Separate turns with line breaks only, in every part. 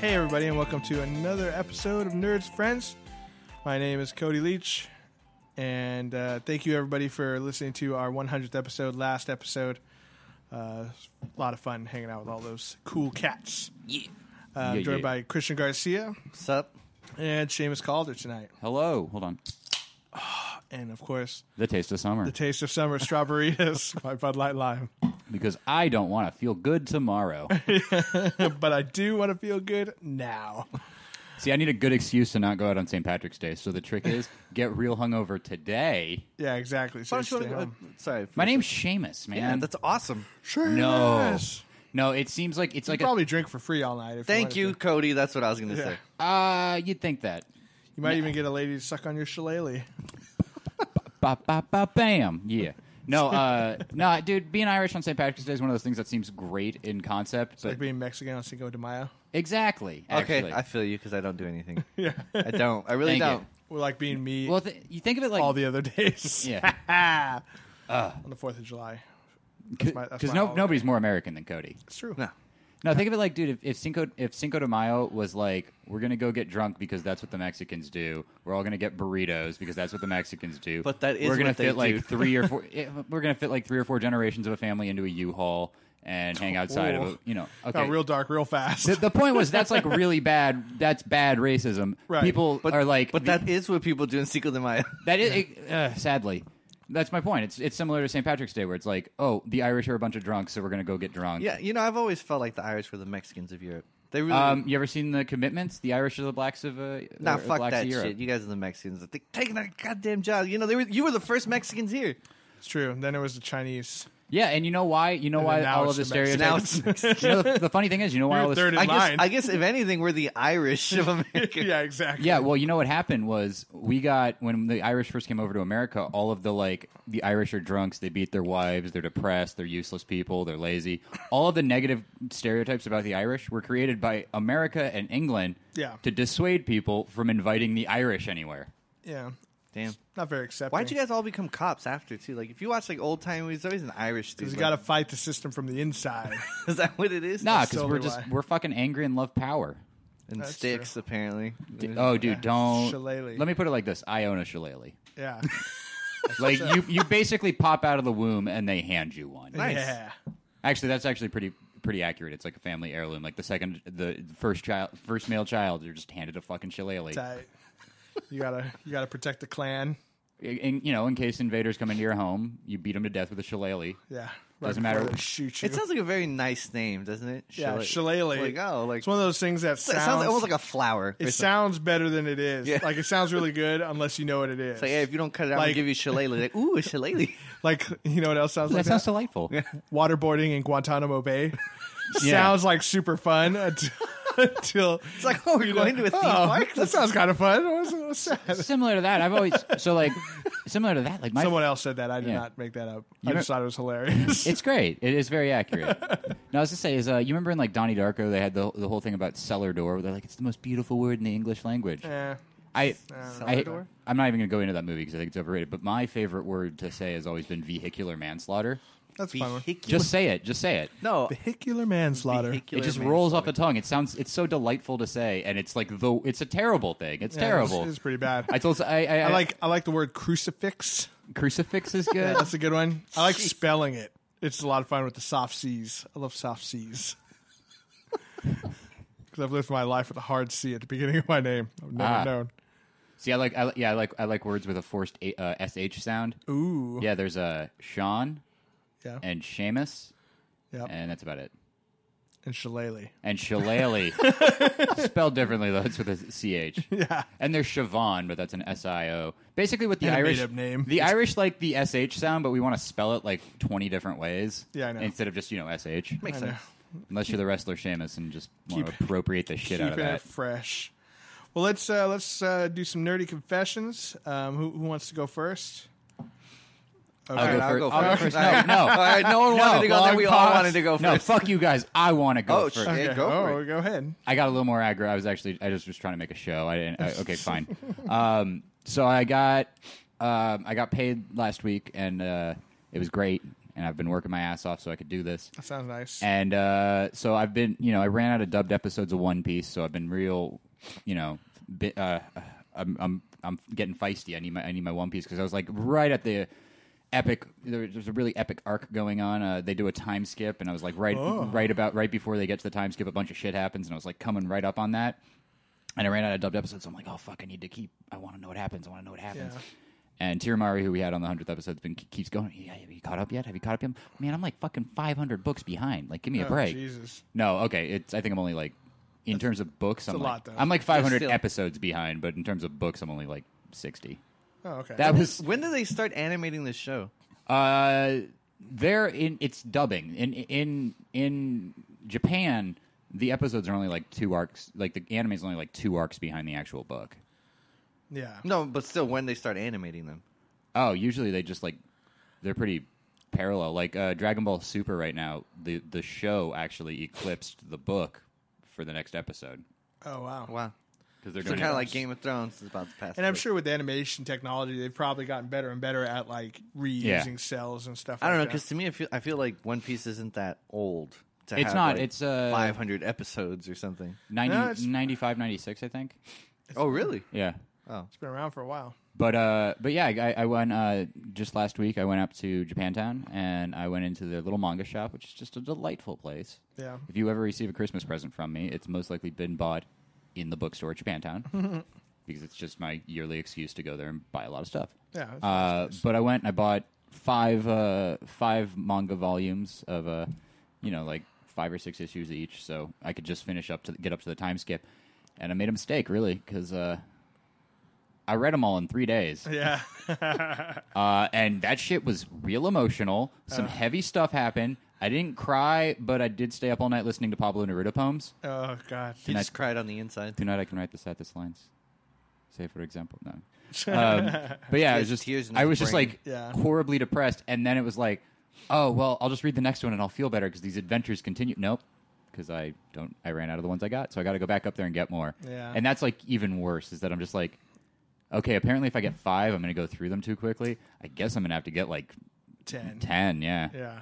Hey, everybody, and welcome to another episode of Nerds Friends. My name is Cody Leach, and uh, thank you, everybody, for listening to our 100th episode, last episode. Uh, it's a lot of fun hanging out with all those cool cats. Yeah. Uh, I'm
Yeah,
joined
yeah.
by Christian Garcia
What's up?
and Seamus Calder tonight.
Hello. Hold on.
And, of course,
The taste of summer.
the taste of summer strawberries by Bud Light Lime.
because I don't want to feel good tomorrow.
But I do want to feel good now.
See, I need a good excuse to not go out on St. Patrick's Day. So the trick is get real hungover today.
Yeah, exactly. So
Why don't you
stay
wanna-
home.
uh, sorry.
My name's Seamus, man.
Yeah, that's awesome.
no.
Yes.
No, it seems like it's like a.
Probably drink for free all night. If
Thank
you.
you,
wanted
Cody. That's what I was going to
Yeah.
say.
Uh, you'd think that.
to. You might even get a lady to suck on your shillelagh.
Ba, ba, ba, bam. Yeah. No, uh, no, dude, being Irish on St. Patrick's Day is one of those things that seems great in concept. But
like being Mexican on Cinco de Mayo.
exactly.
Okay,
actually.
I feel you because I don't do anything. yeah, I don't. I really
Thank
don't.
you.
Or like being me
well, th- you think of it like.
all the other days. Ah.
yeah.
On the 4th of July. my- that's
Because
my
no,
holiday.
nobody's more American than Cody.
It's true.
No,
No, think of it like, dude, if, if Cinco if Cinco de Mayo was like, we're gonna go get drunk because that's what the Mexicans do. We're all gonna get burritos because that's what the Mexicans do.
But that is
we're gonna
what they
fit like
do.
three or four. eh, we're gonna fit like three or four generations of a family into a U-Haul and hang outside of
Oh.
a, you know. Okay.
Got real dark real fast.
the, the point was that's like really bad. That's bad racism.
Right.
People
but
are like,
but that is what people do in Cinco de Mayo.
that is it- uh, sadly. That's my point. It's it's similar to St. Patrick's Day, where it's like, oh, the Irish are a bunch of drunks, so we're gonna go get drunk.
yeah, you know, I've always felt like the Irish were the Mexicans of Europe. They really
Um, you ever seen the commitments? The Irish are the blacks of uh,
nah.
or
Fuck
blacks
that
of Europe.
shit. You guys are the Mexicans. They taking that goddamn job. You know, they were you were the first Mexicans here.
It's true. And then it was the Chinese.
Yeah, and you know why? You know
And
why
then now
all of
it's
the
the Mexicans.
Now
stereotypes.
it's Mexicans.
you know, the, the funny thing is, you know why
You're
all this.
third in
I guess
line.
I guess if anything, we're the Irish of America.
yeah, exactly.
Yeah, well, you know what happened was we got when the Irish first came over to America, all of the like the Irish are drunks, they beat their wives, they're depressed, they're useless people, they're lazy. All of the negative stereotypes about the Irish were created by America and England
Yeah.
to dissuade people from inviting the Irish anywhere.
Yeah.
Damn.
Not very accepting.
Why'd you guys all become cops after too? Like, if you watch like old time movies, there's always an Irish dude.
Because you
like-
got to fight the system from the inside.
Is that what it is?
Nah,
That's
because
totally
we're just
why.
we're fucking angry and love power.
and
That's
sticks apparently.
D- Oh, dude, don't.
Shillelagh.
Let me put it like this: I own a shillelagh.
yeah.
Like you, you basically pop out of the womb and they hand you one.
Nice.
Yeah.
Actually, that's actually pretty pretty accurate. It's like a family heirloom. Like the second, the first child, first male child, you're just handed a fucking shillelagh.
Tight. You gotta you gotta protect the clan.
In, you know, in case invaders come into your home, you beat them to death with a shillelagh.
Yeah.
Doesn't
before
matter.
they Shoot you.
It sounds like a very nice name, doesn't it?
yeah,
Shillel-
shillelagh.
Like oh, like
it's one of those things that
it
sounds,
sounds almost like a flower.
it
It's like,
sounds better than it is.
Yeah.
Like it sounds really good unless you know what it is.
hey, if you don't cut it out,
like-
I'll give you shillelagh. Like ooh, a shillelagh.
Like you know what else sounds
That
like?
sounds
that?
delightful.
Waterboarding in Guantanamo Bay
Yeah.
sounds like super fun unt- until
It's like oh, we're going to a theme
Oh,
park.
That sounds kind of fun. What's- what's that?
Similar to that, I've always so like similar to that. Like my,
Someone else said that. I did
Yeah.
not make that up.
You
I just
know-
thought it was hilarious.
it's great. It is very accurate. now, I was to say is, uh, you remember in like Donnie Darko, they had the the whole thing about cellar door. Where they're like, it's the most beautiful word in the English language.
Eh,
I, I,
Salvador?
I'm not even going to go into that movie because I think it's overrated. But my favorite word to say has always been vehicular manslaughter.
that's a fun. one.
Vehicular.
Just say it. Just say it.
no.
Vehicular manslaughter.
It
vehicular
just
man.
rolls off the tongue. It sounds. It's so delightful to say, and it's like the. It's a terrible thing. It's
Yeah,
terrible.
It's, it's pretty bad.
I
I,
told. I, I,
like I like the word crucifix.
crucifix is
Yeah,
good.
that's a good one. I like spelling it. It's a lot of fun with the soft C's. I love soft C's. because I've lived my life with a hard C at the beginning of my name. I've never
Ah.
known.
See, I like, I, li- yeah, I like, I like words with a forced a, uh, sh sound.
Ooh,
Yeah, there's uh, Sean
yeah, and,
and Seamus,
Yep.
and that's about it.
Shillelagh.
And Shillelagh, spelled differently though, it's with a ch.
Yeah,
And there's Siobhan, but that's an S I O. Basically, with the
And a
Irish
made-up name.
the Irish like the S H sound, but we want to spell it like 20 different ways.
Yeah, I know.
Instead of just you know S H,
Makes
I
sense.
know.
unless you're the wrestler Sheamus and just want
Keep-
to appropriate the shit out of
keeping
that.
it fresh. Well, let's uh, let's uh, do some nerdy confessions. Um, who, who wants to go first?
I'll
Okay.
go
I'll
first.
go
I'll go
first.
first. No, no.
All right, no one wanted
No,
to go there.
long
We all
pause.
wanted to go
No,
first.
fuck you guys. I want to go
Oh,
first.
shit. Yeah, go
oh,
for it.
go ahead.
I got a little more aggro. I was actually I just was trying to make a show. I didn't. I, okay, fine. Um, so I got um, I got paid last week, and uh, it was great. And I've been working my ass off so I could do this.
That sounds nice.
And uh, so I've been, you know, I ran out of dubbed episodes of One Piece, so I've been real, you know, bi- uh, I'm, I'm I'm getting feisty. I need my I need my One Piece because I was like right at the epic. there- There's a really epic arc going on. Uh, they do a time skip, and I was like right right about right before they get to the time skip, a bunch of shit happens, and I was like coming right up on that. And I ran out of dubbed episodes. So I'm like, oh fuck, I need to keep. I want to know what happens. I want to know what happens.
Yeah.
And Tiramari, who we had on the hundredth episode, has been keeps going. Yeah, have you caught up yet? Have you caught up yet? Man, I'm like fucking 500 books behind. Like, give me a
Oh,
break.
Jesus.
No, okay. It's I think I'm only like in terms of books. I'm
a
like,
lot, though.
I'm like 500
still-
episodes behind, but in terms of books, I'm only like 60.
Oh, okay.
That was
When did they start animating this show?
uh, there in it's dubbing in in in Japan. The episodes are only like two arcs. Like the anime is only like two arcs behind the actual book.
yeah.
No, but still, when they start animating them?
Oh, usually they just like they're pretty parallel. Like uh, Dragon Ball Super right now, the the show actually eclipsed the book for the next episode
Oh, wow.
Wow.
because they're
So
doing
kind of like Game of Thrones is about to pass.
And I'm sure with animation technology, they've probably gotten better and better at like reusing
Yeah.
cells and stuff.
I don't know
like
because to me, I feel I feel like One Piece isn't that old. To
It's
have,
not,
like,
it's, uh,
500 episodes or something.
90,
No, it's-
95, 96, I think.
Oh, really?
Yeah.
Oh,
It's been around for a while.
But uh, but yeah, I, I went uh, just last week. I went up to Japantown and I went into their little manga shop, which is just a delightful place.
Yeah.
If you ever receive a Christmas present from me, it's most likely been bought in the bookstore at Japantown because it's just my yearly excuse to go there and buy a lot of stuff.
Yeah, that's
Uh, but I went and I bought five uh, five manga volumes of uh, you know like five or six issues each, so I could just finish up to get up to the time skip. And I made a mistake really because uh, I read them all in three days.
Yeah.
Uh, and that shit was real emotional.
Uh.
Some heavy stuff happened. I didn't cry, but I did stay up all night listening to Pablo Neruda poems.
oh God.
you
I-
just cried on the inside.
Do not I can write the saddest lines. Say for example, no. Um, but yeah, it was
Tears-
just
tears in
I
his
was just
brain.
like
Yeah.
horribly depressed, and then it was like, oh well, I'll just read the next one and I'll feel better because these adventures continue. Nope, because I don't. I ran out of the ones I got, so I got to go back up there and get more.
Yeah.
and that's like even worse is that I'm just like, okay, apparently if I get five, I'm gonna go through them too quickly. I guess I'm gonna have to get like
Ten.
ten. Yeah,
Yeah.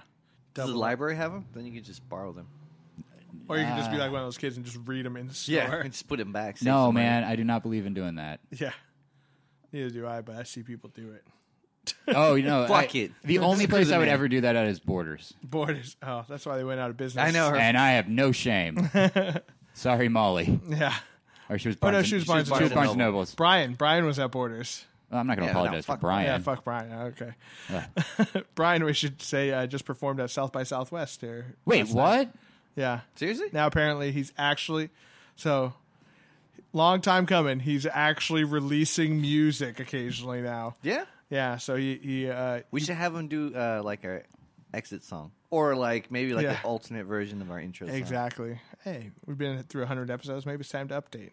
Does the
Double.
library have them? Then you can just borrow them.
Or you can just be
Ah.
like one of those kids and just read them in the store.
you can just put them back. save
no
some money.
man, I do not believe in doing that.
Yeah. Neither do I, but I see people do it.
Oh, you know,
Fuck
I-
it.
The only
Screw
place
the
I would
man.
ever do that at is Borders.
Borders. Oh, that's why they went out of business.
I know her.
and I have no shame. Sorry, Molly.
Yeah.
Or she was.
Oh,
Barnes
no,
and-
she was Barnes and
she was
Noble.
Barnes and Nobles.
Brian. Brian was at Borders.
I'm not going to
Yeah, no,
apologize for
fuck-
Brian.
Yeah, fuck Brian. Oh, Okay. Brian, we should say, uh, just performed at South by Southwest here.
Wait, what?
Yeah.
Seriously?
Now apparently he's actually so long time coming. He's actually releasing music occasionally now.
Yeah.
Yeah, so he he uh,
We should have them do uh, like our exit song, or like maybe like
Yeah.
an alternate version of our intro. song.
exactly. Hey, we've been through 100 episodes. Maybe it's time to update.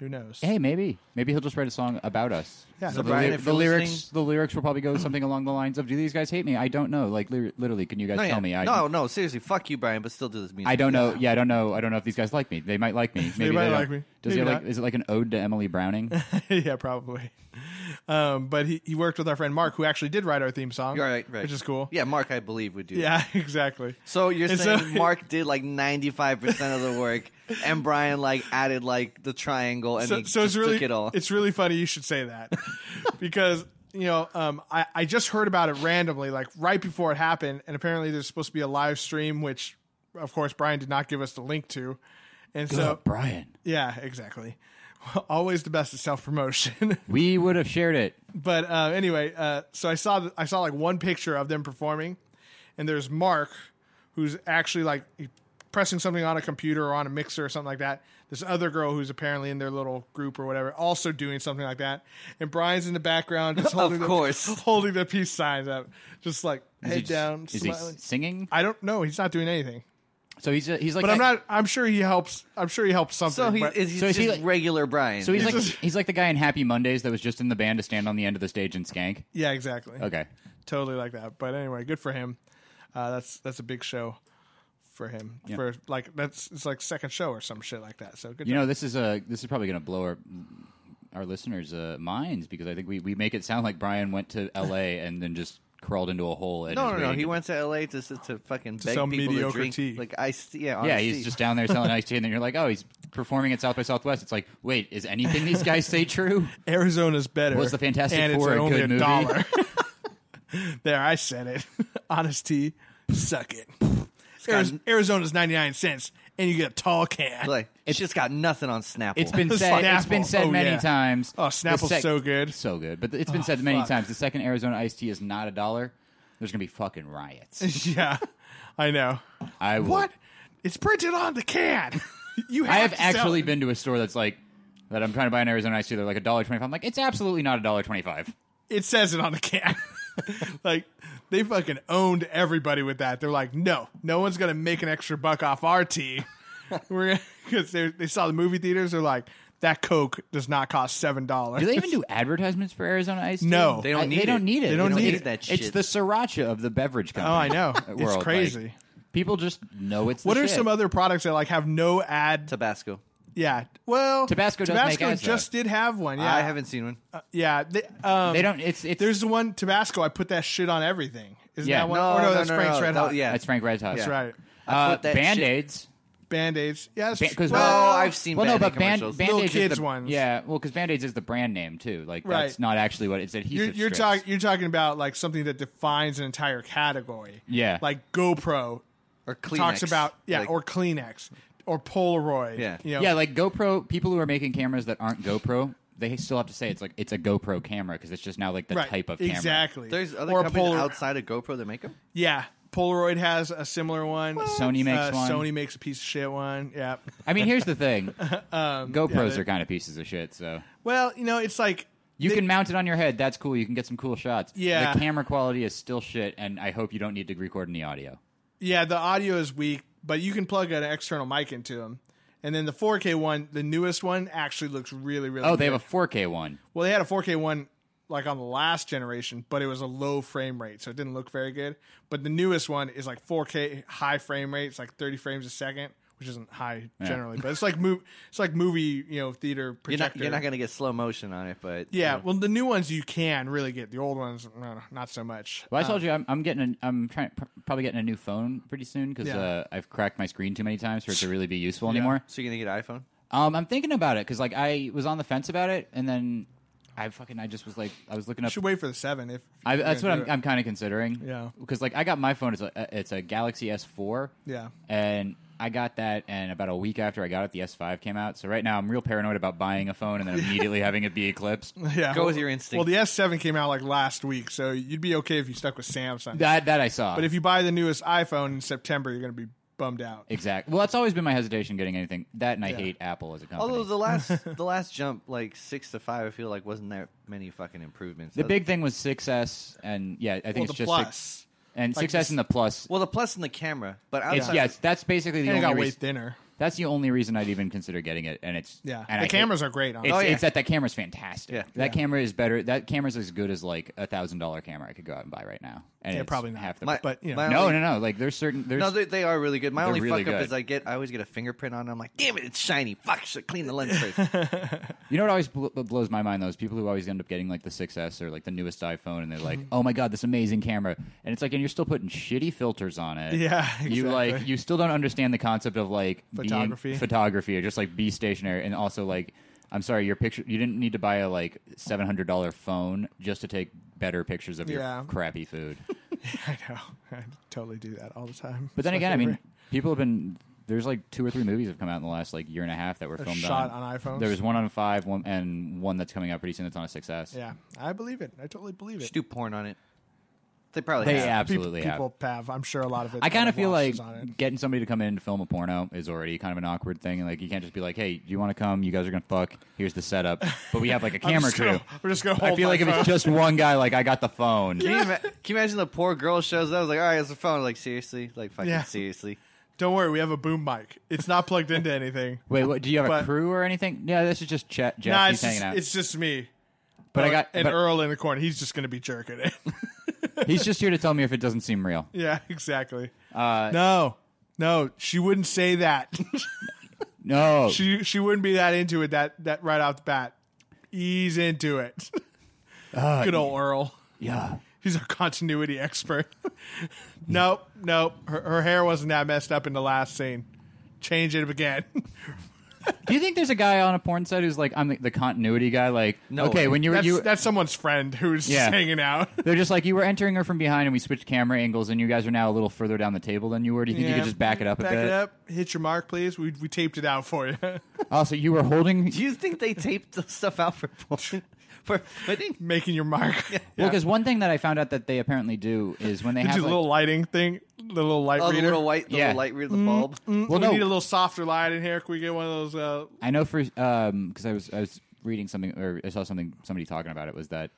Who knows?
Hey, maybe, maybe he'll just write a song about us.
Yeah. So
the,
Brian,
ly-
if
the
you're
lyrics,
listening-
the lyrics will probably go something along the lines of "Do these guys hate me? I don't know." Like li- literally, can you guys
No,
tell
yeah.
me? I,
no, no, seriously, fuck you, Brian, but still do this music.
I don't know. Yeah, I don't know. I don't know if these guys like me. They might like me. Maybe
might
don't.
like me.
Does
Maybe
he have like?
not.
Is it like an ode to Emily Browning?
yeah, probably. Um, but he, he worked with our friend Mark, who actually did write our theme song.
You're right, right.
Which is cool.
Yeah, Mark, I believe would do. that.
Yeah, exactly.
So you're
And so-
saying Mark did like 95 percent of the work, and Brian like added like the triangle, and
so,
he
so it's
just
really
took it all.
it's really funny you should say that because you know um, I, I just heard about it randomly like right before it happened and apparently there's supposed to be a live stream which of course brian did not give us the link to And
Good,
so,
Brian.
yeah, exactly. Always the best at self promotion.
We would have shared it.
but uh, anyway, uh, so I saw I saw like one picture of them performing, and there's Mark, who's actually like pressing something on a computer or on a mixer or something like that. This other girl who's apparently in their little group or whatever, also doing something like that. And Brian's in the background, just holding the,
course.
holding the peace signs up, just like
Is he
head
just-
down,
Is
smiling.
he singing?
I don't know. He's not doing anything.
So he's he's like.
But I'm
that-
not. I'm sure he helps. I'm sure he helps something.
So he
but-
is he
So is
just
he like-
regular Brian.
So he's, like
just-
he's like the guy in Happy Mondays that was just in the band to stand on the end of the stage and skank.
yeah, exactly.
Okay.
totally like that. But anyway, good for him. Uh, that's that's a big show for him. For like that's it's like second show or some shit like that. So good.
You
job.
know, this is uh, this is probably going to blow our our listeners' uh, minds because I think we, we make it sound like Brian went to L.A. and then just crawled into a hole. And
no,
is
no, no.
waiting
He
to-
went to L.A. to to, to fucking beg
sell
people to
mediocre
drink
tea.
like ice. tea- Yeah, on
Yeah,
the
he's
sea.
just down there selling iced tea, and then you're like, oh, he's performing at South by Southwest. It's like, wait, is anything these guys say true?
Arizona's better.
Was the Fantastic
and
Four a
it's only
good
a
movie?
dollar. there, I said it. Honesty, suck it. Ari- Arizona's ninety nine cents, and you get a tall can.
like it's just got nothing on Snapple.
It's been
It's
said.
like
it's been
Snapple.
said
Oh,
many
yeah.
times.
Oh,
The
Snapple's so good. Oh,
so good. But it's been said many times. The second Arizona iced tea is not a dollar. There's gonna be fucking riots.
yeah, I know.
I will,
What? It's printed on the can. You have
I have
to sell
actually
it.
been to a store that's like that. I'm trying to buy an Arizona iced tea. They're like a dollar twenty five. I'm like, it's absolutely not a dollar twenty five.
it says it on the can. like they fucking owned everybody with that. They're like, no, no one's gonna make an extra buck off our tea. We're because they they saw the movie theaters. They're like, that Coke does not cost seven dollars.
Do they even do advertiments for Arizona iced tea?
No.
They don't
I-
need
they
it.
don't need it.
They don't need
it's,
it.
that
It's
shit.
the sriracha of the beverage company.
Oh, I know. it's
world,
crazy.
like, people just know it's. The
what are
shit.
some other products that like have no ad?
Tabasco.
yeah, well,
Tabasco does make
Tabasco
ads, though.
just did have one. Yeah, Uh,
I haven't seen one.
Yeah, they, um,
They don't. It's it's.
There's the one Tabasco. I put that shit on everything. Isn't
Yeah.
that one?
no,
or no,
no,
that's
no,
Frank's
no,
Red
that-
Hot.
Yeah,
that's Frank Red's hot.
that's right.
I
Uh,
put that shit-
Band aids.
Band aids. Yeah, that's
Because
No,
well,
I've seen
well, no,
Band-Aid
but band
commercials.
band aids
Little kids
the,
ones.
Yeah, well, because band aids is the brand name too. Like
Right.
that's not actually what it's adhesive.
you're, you're
strips.
talking you're talking about like something that defines an entire category.
Yeah.
like GoPro
or Kleenex.
talks about yeah,
Like,
or Kleenex or Polaroid.
Yeah.
you know?
Yeah, like GoPro people who are making cameras that aren't GoPro, they still have to say it's like it's a GoPro camera because it's just now like the
right.
type of camera.
exactly.
there's other
or a
companies
Polaroid.
outside of GoPro that make them.
Yeah, Polaroid has a similar one.
Sony makes
Uh,
one.
Sony makes a piece of shit one. Yeah.
I mean, here's the thing: GoPros
Um, they-
are kind of pieces of shit. So
Well, you know, it's like
you can mount it on your head. That's cool. You can get some cool shots.
Yeah.
the camera quality is still shit, and I hope you don't need to record any audio.
yeah, the audio is weak, but you can plug an external mic into them. And then the 4K one, the newest one, actually looks really, really.
Oh, they
good.
have a 4K one.
Well, they had a 4K one like on the last generation, but it was a low frame rate, so it didn't look very good. But the newest one is like 4K high frame rate, it's like 30 frames a second, which isn't high generally, but it's like move, it's like movie, you know, theater
You're not
projector.
you're not gonna get slow motion on it, but
yeah, well, the new ones you can really get. The old ones, no, no, not so much.
Well, I told you I'm, I'm getting an, I'm trying pr- probably getting a new phone pretty soon because
Yeah.
uh, I've cracked my screen too many times for it to really be useful anymore.
So you're gonna get iPhone.
Um, I'm thinking about it because like I was on the fence about it, and then I fucking I just was like I was looking
You
up.
should wait for the seven. If, if
I,
you're
that's what
gonna
I'm,
do it.
I'm kind of considering.
Yeah.
Because like I got my phone. It's a uh, it's a Galaxy S4.
Yeah.
And I got that, and about a week after I got it, the S5 came out. So right now I'm real paranoid about buying a phone and then immediately having it be eclipsed.
yeah,
Go with
well-
your instinct.
Well, the S7 came out like last week, so you'd be okay if you stuck with Samsung.
That that I saw.
but if you buy the newest iPhone in September, you're going to be bummed out.
exactly. Well, that's always been my hesitation getting anything. That and I hate Apple as a company.
Although the last the last jump like six to five, I feel like wasn't that many fucking improvements.
the big thing was 6S, and yeah, I think
Well,
it's
the
just
plus.
Six, and
Like
6S
this-
and the Plus.
well, the plus in the camera, but
It's,
outside,
yes, that's basically the
and it
only
got way
reason.
thinner.
That's the only reason I'd even consider getting it, and it's
Yeah,
And
the
I hate-
cameras are great. On
It's,
it.
Oh, yeah.
it's that that camera's fantastic.
Yeah.
That camera is better. That camera's as good as like a thousand dollar camera I could go out and buy right now. And
Yeah,
it's
probably not.
half the.
My-
but you know,
my
no,
only-
no, no. Like there's certain there's
No, they, they are really good. My only
really
fuck up
good.
is I get I always get a fingerprint on. it. I'm like, damn it, it's shiny. Fuck, should clean the lens first.
you know what always bl- bl- blows my mind though is people who always end up getting like the 6S or like the newest iPhone and they're like,
Mm-hmm.
oh my god, this amazing camera, and it's like, and you're still putting shitty filters on it.
Yeah,
You
exactly.
like you still don't understand the concept of like being-
Photography.
photography, or just like be stationary, and also like. I'm sorry, your picture. You didn't need to buy a like seven hundred dollar phone just to take better pictures of
Yeah.
your crappy food.
I know. I totally do that all the time.
But then again, I mean, people have been there's like two or three movies that have come out in the last like year and a half that were filmed
shot on iPhones?
There was one on five, one and one that's coming out pretty soon that's on a success.
Yeah, I believe it. I totally believe it.
Just do porn on it. They probably
They
have.
absolutely
Pe-
have.
people have. I'm sure a lot of it.
I kind of feel like
watches on it.
getting somebody to come in to film a porno is already kind of an awkward thing. and Like you can't just be like, "Hey, do you want to come? You guys are gonna fuck. Here's the setup." But we have like a
I'm
camera
just gonna-
crew.
We're just gonna. Hold
I feel
my
like if
phone.
it's just one guy, like I got the phone.
Can you, ima- can you imagine the poor girl shows up? Like, all right, it's a phone. Like, seriously? Like, fucking
Yeah.
seriously?
Don't worry, we have a boom mic. It's not plugged into anything.
Wait, what, do you have
But-
a crew or anything? Yeah, this is just Ch- Jeff.
nah,
he's
it's
hanging
just,
out.
it's just me.
But I got.
and
but
Earl in the corner. He's just gonna be jerking it.
he's just here to tell me if it doesn't seem real.
yeah, exactly.
Uh,
no, no, she wouldn't say that.
No,
she she wouldn't be that into it. That that right off the bat, ease into it. Good old Earl.
Uh, e- yeah.
He's our continuity expert. nope, nope. Her, her hair wasn't that messed up in the last scene. Change it again.
Do you think there's a guy on a porn set who's like, I'm the, the continuity guy? Like,
No
okay,
way.
when you were
that's,
you,
that's someone's friend who's
Yeah.
hanging out.
they're just like you were entering her from behind, and we switched camera angles, and you guys are now a little further down the table than you were. Do you think you could just back it up a
Back
bit?
it up. Hit your mark, please. We, we taped it out for you.
Also, you were holding
Do you think they taped the stuff out for porn? For footing?
Making your mark.
Well, because one thing that I found out that they apparently do is when they
Did
have
you
like,
little lighting thing? The little light
Oh, the
reader.
little white, the
Yeah. Mm-hmm.
little light reader, the bulb.
well,
we
no,
need a little softer light in here. Can we get one of those? Uh,
I know for because I was I was reading something or I saw something somebody talking about it was that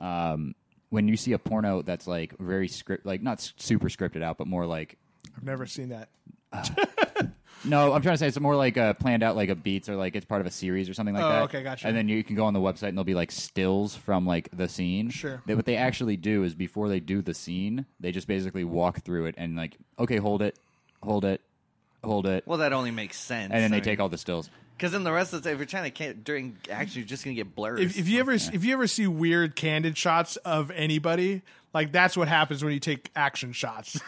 um, when you see a porno that's like very script like not s- super scripted out but more like
I've never seen that.
no I'm trying to say it's more like uh, planned out like a beats or like it's part of a series or something like
Oh,
that.
okay, gotcha.
And then you can go on the website and there'll be like stills from like the scene.
Sure.
That what they actually do is before they do the scene, they just basically walk through it and like okay, hold it, hold it, hold it.
Well, that only makes sense.
and then they take all the stills.
Because then the rest of the time, if you're trying to can't during action, you're just gonna get blurred.
If, if you ever if you ever see weird candid shots of anybody, like that's what happens when you take action shots.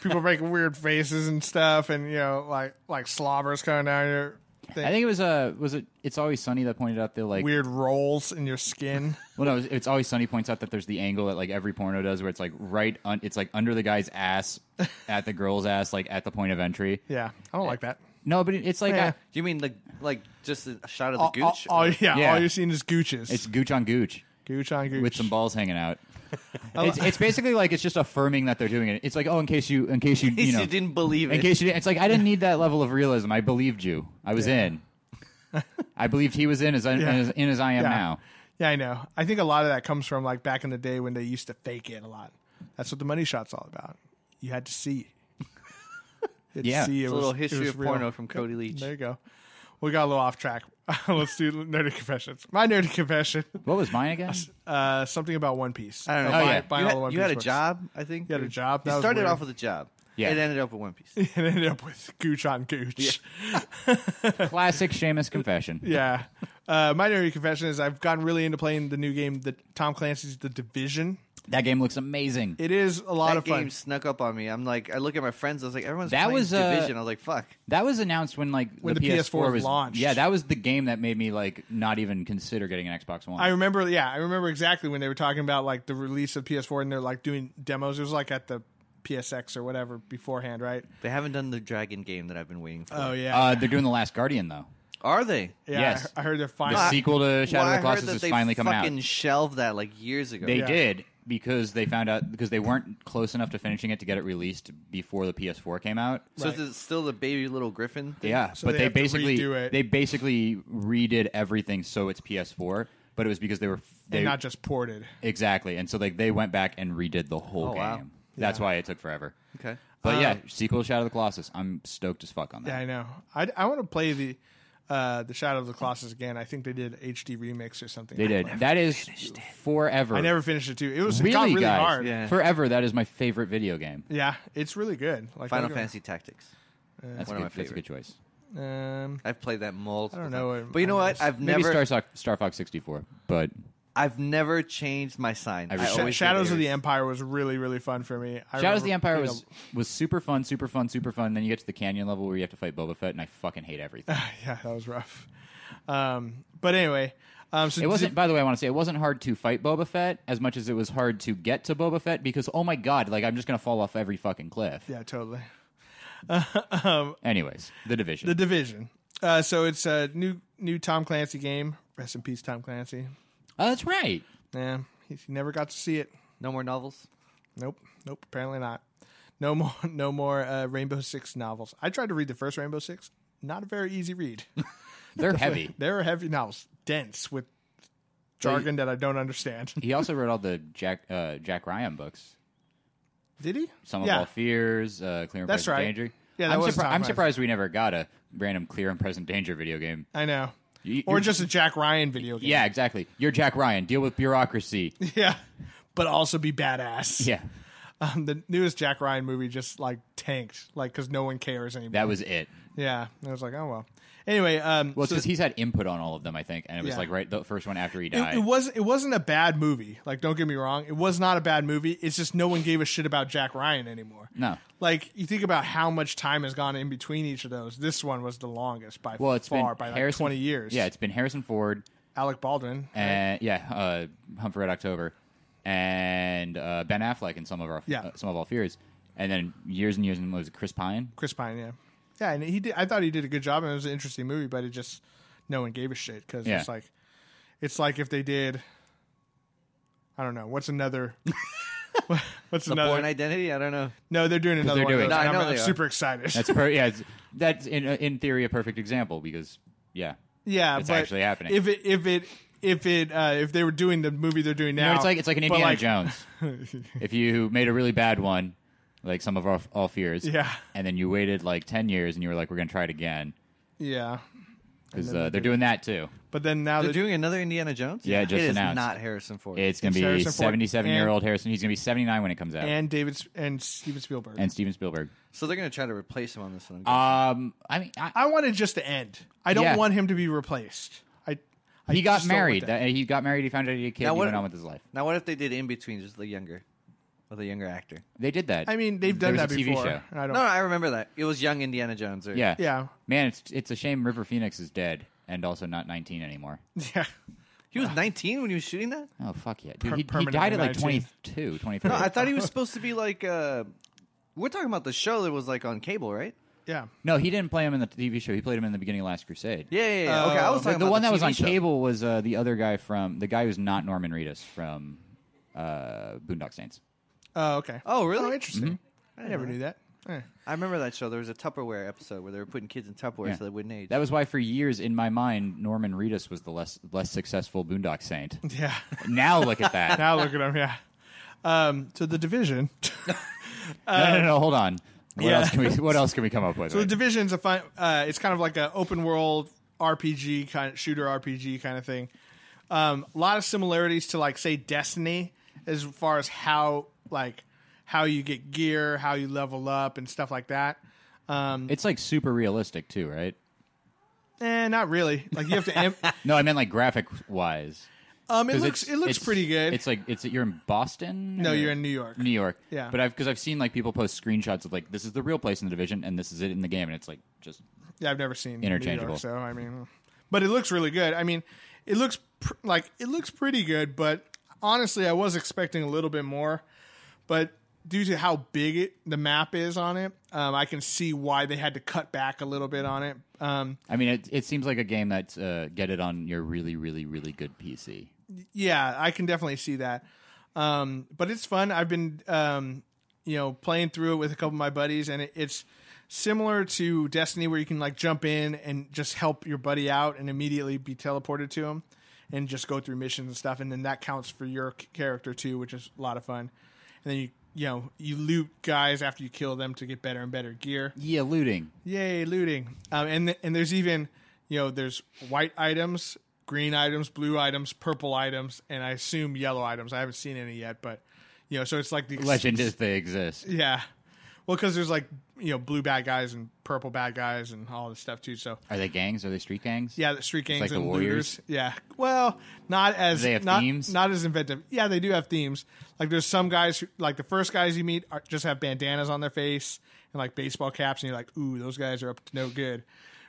People make weird faces and stuff, and you know, like like slobbers coming down your thing,
I think it was uh was it It's Always Sunny that pointed out the like
weird rolls in your skin.
well no It's Always Sunny points out that there's the angle that like every porno does where it's like right un- it's like under the guy's ass at the girl's ass like at the point of entry.
Yeah, I don't like that.
No, but it- it's like
Oh,
uh,
Yeah.
I-
Do you mean like like just a shot of the
All, all,
gooch?
all- Oh, yeah,
Yeah.
all you're seeing is gooches.
it's gooch on gooch
gooch on gooch
with some balls hanging out. it's, it's basically like it's just affirming that they're doing it. It's like oh in case you in case you
In case
you know
you didn't believe
in
it.
case you didn't, it's like I didn't need that level of realism. I believed you. I was in. I believed he was in as I,
Yeah.
as, in as I am
Yeah.
now.
Yeah, I know. I think a lot of that comes from like back in the day when they used to fake it a lot. That's what the money shot's all about. You had to see. You had to
Yeah.
see it
it's a
was-
little
it
history
was
of
real.
porno from Cody Leach.
There you go. We got a little off track. Let's do nerdy confessions. My nerdy confession.
What was mine again?
Uh, something about One Piece.
I don't know.
Uh,
Oh,
buy-
yeah.
buying
you
all
had,
the One
you
Piece
had a
books.
job, I think.
You had a job. That
you
was
started
weird.
off with a job.
Yeah.
It ended up with One Piece.
and ended up with Gooch on Gooch.
Classic Seamus confession.
Yeah. Uh, my nerdy confession is I've gotten really into playing the new game, the Tom Clancy's The Division.
That game looks amazing.
It is a lot
That
of fun.
game snuck up on me. I'm like, I look at my friends. I was like, everyone's
That
playing
was, uh,
Division. I was like, fuck.
That was announced when like
When the PS4
PS4,
was
was
launched.
Yeah, that was the game that made me like not even consider getting an Xbox One.
I remember, yeah, I remember exactly when they were talking about like the release of PS4 and they're like doing demos. It was like at the PSX or whatever beforehand, right?
They haven't done the Dragon game that I've been waiting for.
Oh yeah,
uh, they're doing the Last Guardian though.
Are they?
yeah.
yes.
I, I heard they're
The
finally.
sequel to Shadow
Well,
of
I
the Colossus
heard that
is
they
finally coming
fucking
out.
shelved that like years ago.
They
Yeah.
did because they found out because they weren't close enough to finishing it to get it released before the PS4 came out.
So
Right.
is it still the baby little griffin? Thing?
Yeah,
So
but
they
they,
have to
basically
redo it.
they basically redid everything so it's PS4, but it was because they were f- they
and not just ported.
exactly, and so like they went back and redid the whole
Oh,
game.
wow.
That's
Yeah.
why it took forever.
Okay.
But
Uh,
yeah, sequel to Shadow of the Colossus. I'm stoked as fuck on that.
Yeah, I know. I, I want to play the uh, the Shadow of the Colossus again. I think they did HD remix or something.
They did. That is forever.
I never finished it too. It was it
really,
got really
guys,
hard. Yeah.
Yeah.
Forever. That is my favorite video game.
it's really good. Like
Final
I don't-
Fantasy Tactics.
That's, a
One
good,
of my
that's a good choice.
Um,
I've played that multiple.
I don't know
times.
what
But you know
mine
what?
is.
I've
Maybe
never,
Star Fox, Star Fox 64, but
I've never changed my sign. I,
I
Sha-
always
Shadows of the
Empire.
Empire was really really fun for me. I
Shadows
remember
of the Empire
being
was was super fun, super fun, super fun. Then you get to the canyon level where you have to fight Boba Fett, and I fucking hate everything.
a- yeah, that was rough. Um, but anyway, um, so
It wasn't. By the way, I want to say it wasn't hard to fight Boba Fett as much as it was hard to get to Boba Fett because oh my god, like I'm just gonna fall off every fucking cliff.
Yeah, totally.
Anyways, the division.
The Division. Uh, so it's a new new Tom Clancy game. Rest in peace, Tom Clancy.
oh, that's right.
Yeah, he he never got to see it.
No more novels.
Nope, nope. Apparently not. No more, no more uh, Rainbow Six novels. I tried to read the first Rainbow Six. Not a very easy read.
They're heavy.
they were heavy novels, dense with jargon that I don't understand.
He also wrote all the Jack uh, Jack Ryan books.
Did he?
Some
yeah.
of all fears, uh, clear and
That's
present
right.
danger.
Yeah, that
I'm,
was
surpri-
Tom
I'm
Ryan.
surprised we never got a random clear and present danger video game.
I know.
You-
or
you're-
just a Jack Ryan video game.
Yeah, exactly. You're Jack Ryan. Deal with bureaucracy.
yeah. But also be badass.
yeah,
Um, the newest Jack Ryan movie just like tanked, like because no one cares anymore.
that was it.
yeah, and I was like, oh well. Anyway, um,
Well,
so
because he's had input on all of them, I think, and it was
Yeah.
like right the first one after he died.
it, it wasn't it wasn't a bad movie. Like, don't get me wrong, it was not a bad movie. It's just no one gave a shit about Jack Ryan anymore.
no,
Like you think about how much time has gone in between each of those. This one was the longest by
well, it's
far
been
by like
Harrison,
twenty years.
Yeah, it's been Harrison Ford
Alec Baldwin.
and yeah, uh, Hunt for Red October and uh, Ben Affleck in some of our
Yeah.
uh, some of all fears, and then years and years and was it Chris Pine?
Chris Pine, yeah, yeah, and he did. I thought he did a good job, and it was an interesting movie, but it just no one gave a shit because
Yeah.
it's like it's like if they did, I don't know, what's another, what's
The
another?
Born Identity. I don't know.
no, they're doing another
they're
one.
doing
of those,
it.
No, I
and
know
I'm, I'm
they are.
super excited.
That's per- yeah, it's, that's in uh, in theory a perfect example because yeah,
yeah,
it's
but
actually happening.
If it if it if it uh, if they were doing the movie they're doing now,
You know, it's like it's like an
but
Indiana Jones. if you made a really bad one, like some of our all fears,
Yeah.
and then you waited like ten years and you were like, we're gonna try it again
Yeah,
because uh, they're doing that too.
but then now
They're
they're
doing another Indiana Jones.
Yeah, just
it is
announced.
not Harrison Ford.
It's gonna
It's
be
Harrison Ford
seventy-seven year old
and-
Harrison. He's gonna be seventy-nine when it comes out, and,
and David S- and Steven Spielberg.
Steven Spielberg.
so they're gonna try to replace him on this one.
Um, I mean, I,
I want it just to end. I don't
Yeah.
want him to be replaced. I, I
he got
just don't want
married.
that.
That- he got married. He found out he had a kid.
Now
he
what-
went on with his life.
now, what if they did in between, just the younger, with a younger actor?
They did that.
I mean, they've
There
done
was
that
a TV
before.
show.
and I don't.
No, no, I remember that. It was young Indiana Jones. Or,
Yeah,
Yeah.
Man, it's it's a shame River Phoenix is dead and also not nineteen anymore.
Yeah.
he was 19 when he was shooting that.
Oh fuck yeah, dude! He, he
permanently
died at
19.
like 22, 23.
No, I thought he was supposed to be like. Uh, we're talking about the show that was like on cable, right?
Yeah.
No, he didn't play him in the TV show. He played him in the beginning of Last Crusade.
Yeah, yeah, yeah. okay, I was
The-
talking
Uh, the
about
one that was
TV
on
show.
cable was uh, the other guy from the guy who's not Norman Reedus from uh, Boondock Saints.
Oh, okay.
Oh, really?
Oh,
Mm-hmm.
interesting. I never knew that. Eh.
I remember that show. There was a Tupperware episode where they were putting kids in Tupperware
Yeah.
so they wouldn't age.
That was why, for years in my mind, Norman Reedus was the less less successful Boondock Saint.
Yeah.
now look at that.
now look at him. Yeah. Um, so the division.
no, no, no, hold on. What
yeah.
else can we What else can we come up with?
so the division's a fun. Uh, it's kind of like a open world RPG kind of shooter RPG kind of thing. Um, a lot of similarities to like say Destiny as far as how like how you get gear, how you level up, and stuff like that.
it's like super realistic too, right?
Eh, not really. Like you have to. Am-
No, I meant like graphic wise.
um, it looks it looks pretty good.
It's like it's you're in Boston.
no,
or-
you're in New York.
New York.
Yeah.
But I've because I've seen like people post screenshots of like this is the real place in the division and this is it in the game and it's like just
Yeah, I've never seen
Interchangeable.
New York, so I mean, but it looks really good. I mean, it looks pr- like it looks pretty good, but honestly, I was expecting a little bit more. But due to how big it, the map is on it, um, I can see why they had to cut back a little bit on it. Um,
I mean it it seems like a game that's uh, get it on your really really really good PC.
yeah, I can definitely see that. Um, but it's fun. I've been, um, you know, playing through it with a couple of my buddies, and it, it's similar to Destiny, where you can like jump in and just help your buddy out and immediately be teleported to him, and just go through missions and stuff, and then that counts for your c- character too, which is a lot of fun. And then you, you know, you loot guys after you kill them to get better and better gear.
Yeah, looting.
Yay, looting. Um, and th- and there's even, you know, there's white items, green items, blue items, purple items, and I assume yellow items. I haven't seen any yet, but you know, so it's like the
Legend is they exist.
Yeah. Well, because there's like you know blue bad guys and purple bad guys and all this stuff too. So
Are they gangs? Are they street gangs?
yeah, the street gangs
like the
and
Warriors?
looters. Yeah. Well, not as
they have
not,
themes?
Not as inventive. Yeah, they do have themes. Like there's some guys who like the first guys you meet are, just have bandanas on their face and like baseball caps, and you're like, ooh, those guys are up to no good.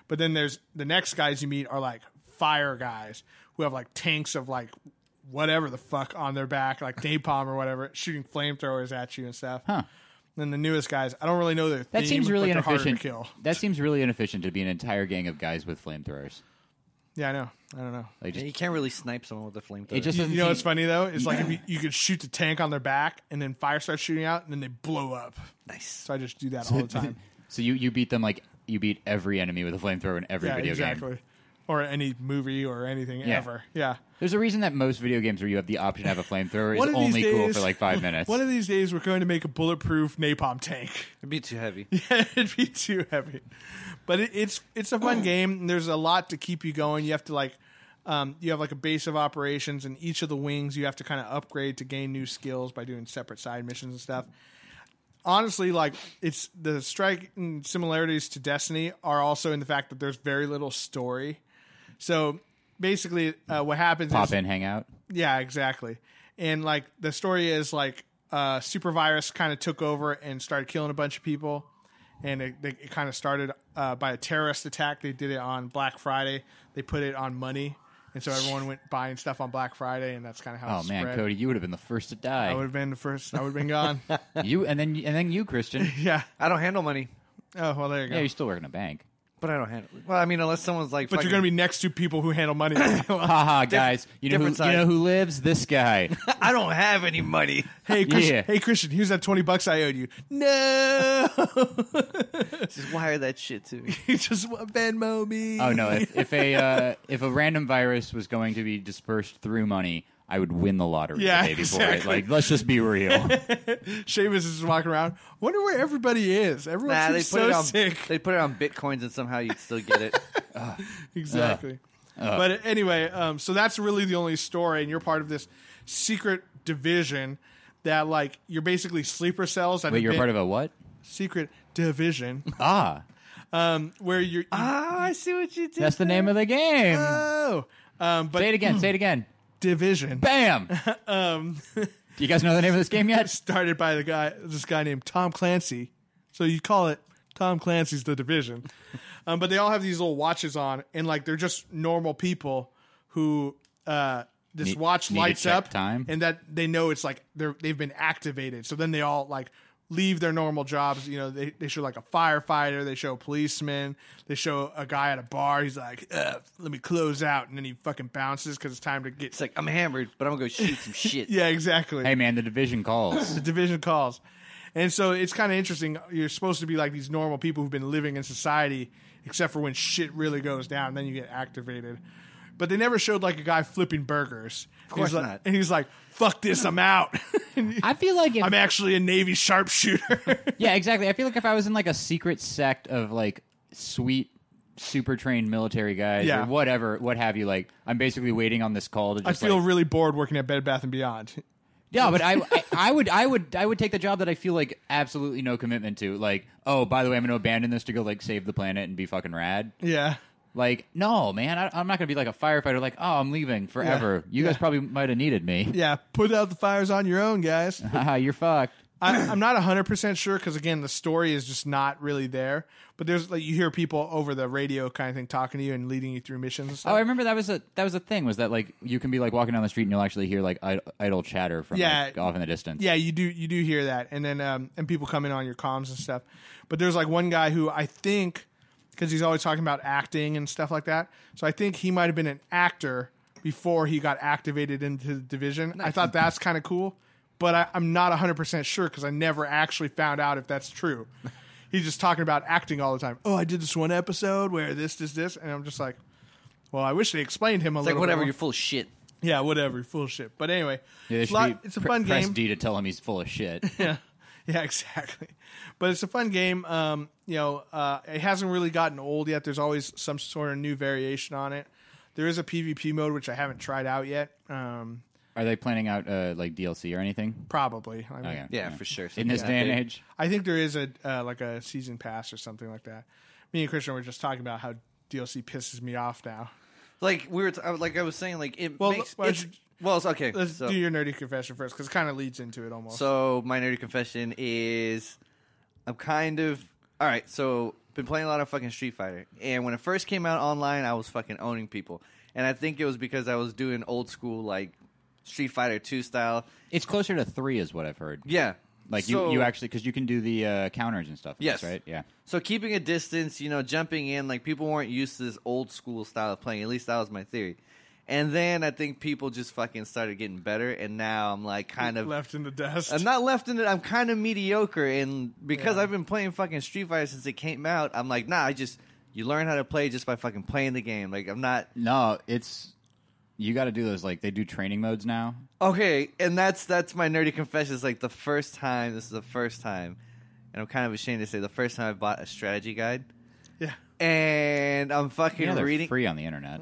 But then there's the next guys you meet are like fire guys who have like tanks of like whatever the fuck on their back, like napalm or whatever, shooting flamethrowers at you and stuff. than the newest guys. I don't really know their.
That
theme,
seems really
but they're harder to
inefficient.
kill.
That seems really inefficient to be an entire gang of guys with flamethrowers.
Yeah, I know. I don't know.
Like
Yeah,
just
you can't really snipe someone with a flamethrower.
it just
You,
doesn't
you know
seem-
what's funny though? It's like if you, you could shoot the tank on their back and then fire starts shooting out and then they blow up.
nice.
So I just do that all the time.
So you you beat them like you beat every enemy with a flamethrower in every
yeah,
video
exactly.
game.
Or any movie or anything
Yeah.
ever. Yeah.
There's a reason that most video games where you have the option to have a flamethrower
One
is
of these
only cool
days-
for like five minutes.
One of these days we're going to make a bulletproof napalm tank.
It'd be too heavy.
It'd be too heavy. But it, it's it's a fun game. And there's a lot to keep you going. You have to like um, you have like a base of operations, and each of the wings you have to kind of upgrade to gain new skills by doing separate side missions and stuff. Honestly, like it's the strike and similarities to Destiny are also in the fact that there's very little story. So basically, uh, what happens is
Pop in, hang out.
yeah, exactly. And like the story is like uh, super virus kind of took over and started killing a bunch of people, and it, they- it kind of started uh, by a terrorist attack. They did it on Black Friday. They put it on money, and so everyone went buying stuff on Black Friday, and that's kind of how.
Oh
it
man,
spread.
Cody, you would have been the first to
I would
die.
have been the first. I would have been gone.
You and then and then you, Christian.
yeah.
I don't handle money,
Oh well, there you go.
Yeah, you're still working a bank.
but I don't handle. Well, I mean, unless someone's like,
but you're gonna be next to people who handle money.
Haha, guys. You know, who,
different
you know
side.
who lives? This guy.
be. I don't have any money.
hey, Christian,
Yeah.
hey Christian, here's that twenty bucks I owed you. No,
Just wire that shit to me.
you just Venmo me.
Oh no! If, if a uh, if a random virus was going to be dispersed through money, I would win the lottery
Yeah,
the day before.
exactly.
Like, let's just be real.
Seamus is just walking around. Wonder where everybody is. Everyone's
Nah, they put
so
it on.
sick.
They put it on bitcoins, and somehow you'd still get it.
Exactly.
Uh,
But anyway, um, so that's really the only story, and you're part of this secret division that, like, you're basically sleeper cells. That
Wait,
have
you're
been-
part of a what?
secret division
Ah,
where you're.
ah, I see what you did.
that's the name of the game.
oh, um, but
say it again. Say it again.
division
Bam. um, Do you guys know the name of this game yet?
started by the guy, this guy named Tom Clancy. So you call it Tom Clancy's the division. um, but they all have these little watches on, and like they're just normal people who uh, this
Need-
watch
need to
lights
check
up,
time.
and that they know it's like they're they've been activated. So then they all like leave their normal jobs. You know, they they show like a firefighter, they show a policeman, they show a guy at a bar. He's like, "Ugh, let me close out, and then he fucking bounces because it's time to get.
It's like I'm hammered, but I'm gonna go shoot some shit.
Yeah, exactly
Hey man, the division calls.
the division calls. And so it's kind of interesting. You're supposed to be like these normal people who've been living in society, except for when shit really goes down, then you get activated. But they never showed like a guy flipping burgers. Of
course
he's like,
not.
And he's like, "Fuck this, I'm out.
I feel like if,
I'm actually a Navy sharpshooter."
yeah, exactly. I feel like if I was in like a secret sect of like sweet, super trained military guys
Yeah.
or whatever, what have you, like I'm basically waiting on this call to
I
just
feel
like,
really bored working at Bed Bath and Beyond.
Yeah, but I, I, I would, I would, I would take the job that I feel like absolutely no commitment to. Like, oh, by the way, I'm going to abandon this to go like save the planet and be fucking rad.
Yeah,
Like, no, man, I, I'm not going to be like a firefighter. Like, oh, I'm leaving forever. You guys probably might have needed me.
yeah. Put out the fires on your own, guys.
Haha, You're fucked.
I, I'm not 100% sure because, again, the story is just not really there. But there's like you hear people over the radio kind of thing talking to you and leading you through missions and stuff.
Oh, I remember that was a that was a thing. Was that like you can be like walking down the street and you'll actually hear like id- idle chatter from
Yeah.
like, off in the distance.
yeah, you do you do hear that, and then um, and people come in on your comms and stuff. But there's like one guy who I think because he's always talking about acting and stuff like that. So I think he might have been an actor before he got activated into the division. I thought that's kind of cool, but I, I'm not 100 percent sure because I never actually found out if that's true. He's just talking about acting all the time. Oh, I did this one episode where this, this, this, and I'm just like, well, I wish they explained him a
It's
little.
like
bit
whatever,
more.
you're full of shit.
yeah, whatever, you're full of shit. But anyway,
Yeah, they
it's,
should
a lot-
be
it's a
pr-
fun
press
game.
D to tell him he's full of shit.
Yeah, yeah, exactly. But it's a fun game. Um, you know, uh, it hasn't really gotten old yet. There's always some sort of new variation on it. There is a PvP mode which I haven't tried out yet. Um,
Are they planning out uh, like DLC or anything?
probably. I mean,
Okay.
Oh, Yeah, for sure.
In this day and age,
I think there is a uh, like a season pass or something like that. Me and Christian were just talking about how DLC pisses me off now.
like we were, t- I was- like I was saying, like it
Well,
makes.
why
it's-
don't you-
well, it's okay.
Let's
so,
do your nerdy confession first because it kind of leads into it almost.
So my nerdy confession is, I'm kind of all right. So been playing a lot of fucking Street Fighter, and when it first came out online, I was fucking owning people, and I think it was because I was doing old school like Street Fighter Two style.
it's closer to three, is what I've heard.
Yeah,
Like
So-
you, you actually because you can do the uh, counters and stuff. I guess,
Yes.
right. Yeah.
So keeping a distance, you know, jumping in, like people weren't used to this old school style of playing. At least that was my theory. And then I think people just fucking started getting better, and now I'm like kind of
left in the dust.
I'm not left in it. I'm kind of mediocre, and because
Yeah.
I've been playing fucking Street Fighter since it came out, I'm like, nah. I just you learn how to play just by fucking playing the game. Like I'm not
No, it's you got to do those. Like they do training modes now.
okay, and that's that's my nerdy confession. It's like the first time. This is the first time, and I'm kind of ashamed to say the first time I bought a strategy guide,
yeah.
and I'm fucking
You know, they're
reading.
free on the internet.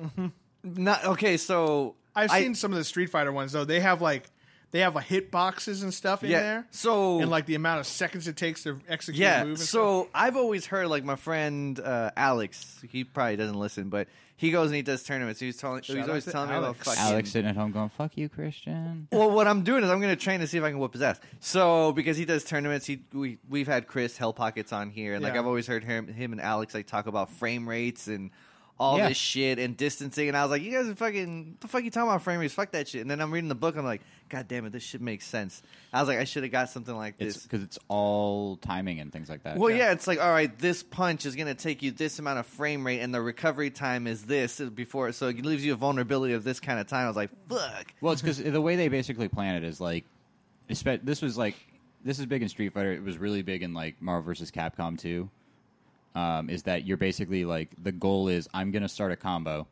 Not okay. So
I've
I-
seen some of the Street Fighter ones though. They have like they have like hit boxes and stuff in
yeah.
there,
So
and like the amount of seconds it takes to execute a
yeah.
move. And
So I've always heard like my friend uh, Alex. He probably doesn't listen, but he goes and he does tournaments. He's telling.
out
he's always
to
telling me about
Alex.
fucking.
Alex sitting at home going, "Fuck you, Christian."
Well, what I'm doing is I'm going to train to see if I can whoop his ass. So because he does tournaments, he we we've had Chris Hell Pockets on here, and like
Yeah.
I've always heard him him and Alex like talk about frame rates and all
Yeah.
this shit and distancing, and I was like, you guys are fucking the fuck you talking about frame rates? Fuck that shit. And then I'm reading the book, I'm like, god damn it, this shit makes sense. I was like, I should have got something like this.
It's because it's all timing and things like that.
Well, yeah, it's like, all right, this punch is going to take you this amount of frame rate, and the recovery time is this uh, before, so it leaves you a vulnerability of this kind of time. I was like, fuck.
Well, it's because the way they basically plan it is like, espe- this was like, this is big in Street Fighter. It was really big in like Marvel vs. Capcom 2. Um, is that you're basically like the goal is I'm gonna start a combo,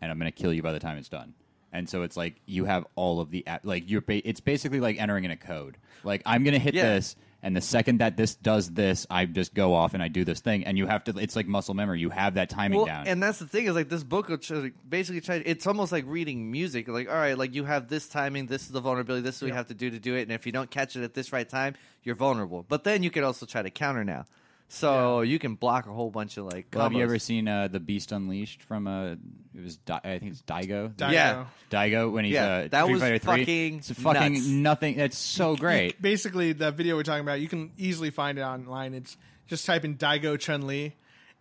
and I'm gonna kill you by the time it's done. And so it's like you have all of the app- like you're ba- it's basically like entering in a code. Like I'm gonna hit
Yeah.
this, and the second that this does this, I just go off and I do this thing, and you have to. It's like muscle memory. You have that timing
Well,
down.
and that's the thing is like this book will try, like, basically try. It's almost like reading music. Like, all right, like you have this timing, this is the vulnerability, this is what you have to do to do it, and if you don't catch it at this right time, you're vulnerable. But then you could also try to counter now, so you can block a whole bunch of like.
Well, have you
combos.
ever seen uh, the Beast Unleashed from uh, it was Di- I think it's Daigo.
stuff. I
yeah.
know.
Daigo when he's
Yeah,
uh,
that
Street
was
Fighter 3.
fucking
it's fucking
nuts.
nothing. That's so great.
basically the video we're talking about, you can easily find it online. It's just type in Daigo Chun Li,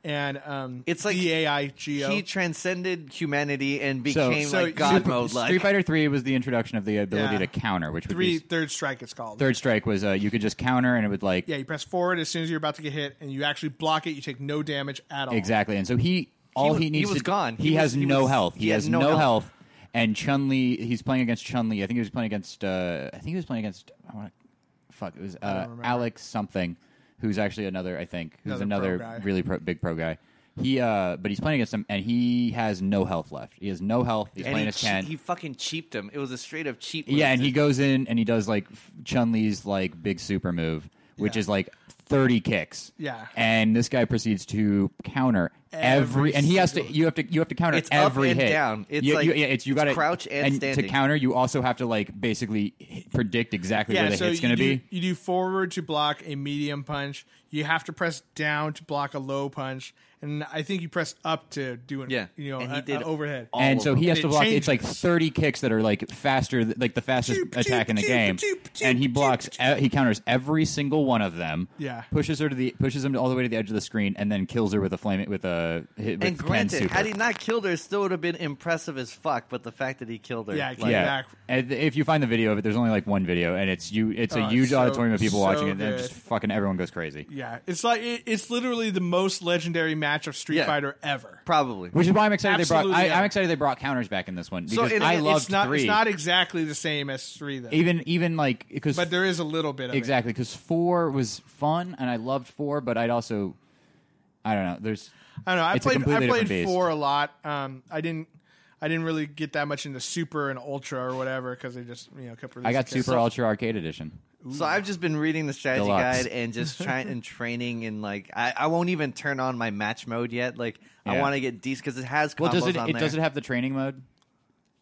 and um,
It's like
D A I G O.
He transcended humanity and
So-
became
So
like God
Super-
mode. Like
Street Fighter Three was the introduction of the ability
Yeah.
to counter, which would
Three
be
third strike, it's called.
third strike was uh, you could just counter and it would like
Yeah, you press forward as soon as you're about to get hit, and you actually block it. You take no damage at all.
exactly. And so he all
was-
he,
he
needs
was
to,
gone.
He,
He was-
has
he
no
was-
health. He,
he had
has
no
no
health.
health. And Chun Li, he's playing against Chun Li. I think he was playing against. Uh, I think he was playing against. I want to. Fuck, it was uh,
remember.
Alex something, who's actually another. I think who's
Another
another,
pro guy.
really pro, big pro guy. He, uh, but he's playing against him, and he has no health left. He has no health. He's
and
playing
he,
as
che-
Ken.
he fucking cheaped him. It was a straight up cheap.
Yeah,
move.
and he goes in and he does like Chun Li's like big super move, which
Yeah.
is like thirty kicks.
Yeah.
and this guy proceeds to counter
Every
every, and he has to
single-
you have to you have to counter
It's up
every
and
hit
down. It's
You-
like-
you- yeah, it's you
it's
got to
crouch and
to
standing.
counter. You also have to like basically hit- predict exactly
Yeah,
where the
so
hit's
you
going to
do,
be.
you do forward to block a medium punch. You have to press down to block a low punch, and I think you press up to do an
Yeah,
you know
and he
a-
did
a overhead.
all
And
of
so
them.
he has
It
to block. It's like
changes.
thirty kicks that are like faster, th- like the fastest
Choop,
attack in the
choop,
game.
choop, choop,
And he
choop,
blocks. e- He counters every single one of them.
Yeah.
Pushes her to the pushes him all the way to the edge of the screen, and then kills her with a flame with a hit with
And granted,
Ken's super.
had he not killed her, it still would have been impressive as fuck. But the fact that he killed her,
Yeah, I
like,
can't-
yeah.
back.
And th- if you find the video of it, there's only like one video, and it's you. It's
Oh,
a huge
so-
auditorium of people
so
watching it, and
good.
then just fucking everyone goes crazy.
Yeah, it's like it, it's literally the most legendary match of Street
Yeah.
Fighter ever.
probably.
Which is why I'm excited they
Absolutely,
brought. I,
yeah.
I'm excited they brought counters back in this one
So
because
it-
I
it's
loved
it's not
three.
it's not exactly the same as three though,
even even like because
but there is a little bit of it.
Exactly, because four was fun, and I loved four, but I'd also, I don't know. There's,
I don't know. I
It's a
played
completely
I
different
played
beast.
four a lot. Um, I didn't I didn't really get that much into Super and Ultra or whatever because they just you know kept.
I got
releasing
Super Ultra Arcade Edition.
So I've just been reading the strategy
Deluxe.
guide and just trying and training and like I, I won't even turn on my match mode yet. Like I
Yeah.
want to get decent because it has combos
Well, does it?
on
It
there
does it have the training mode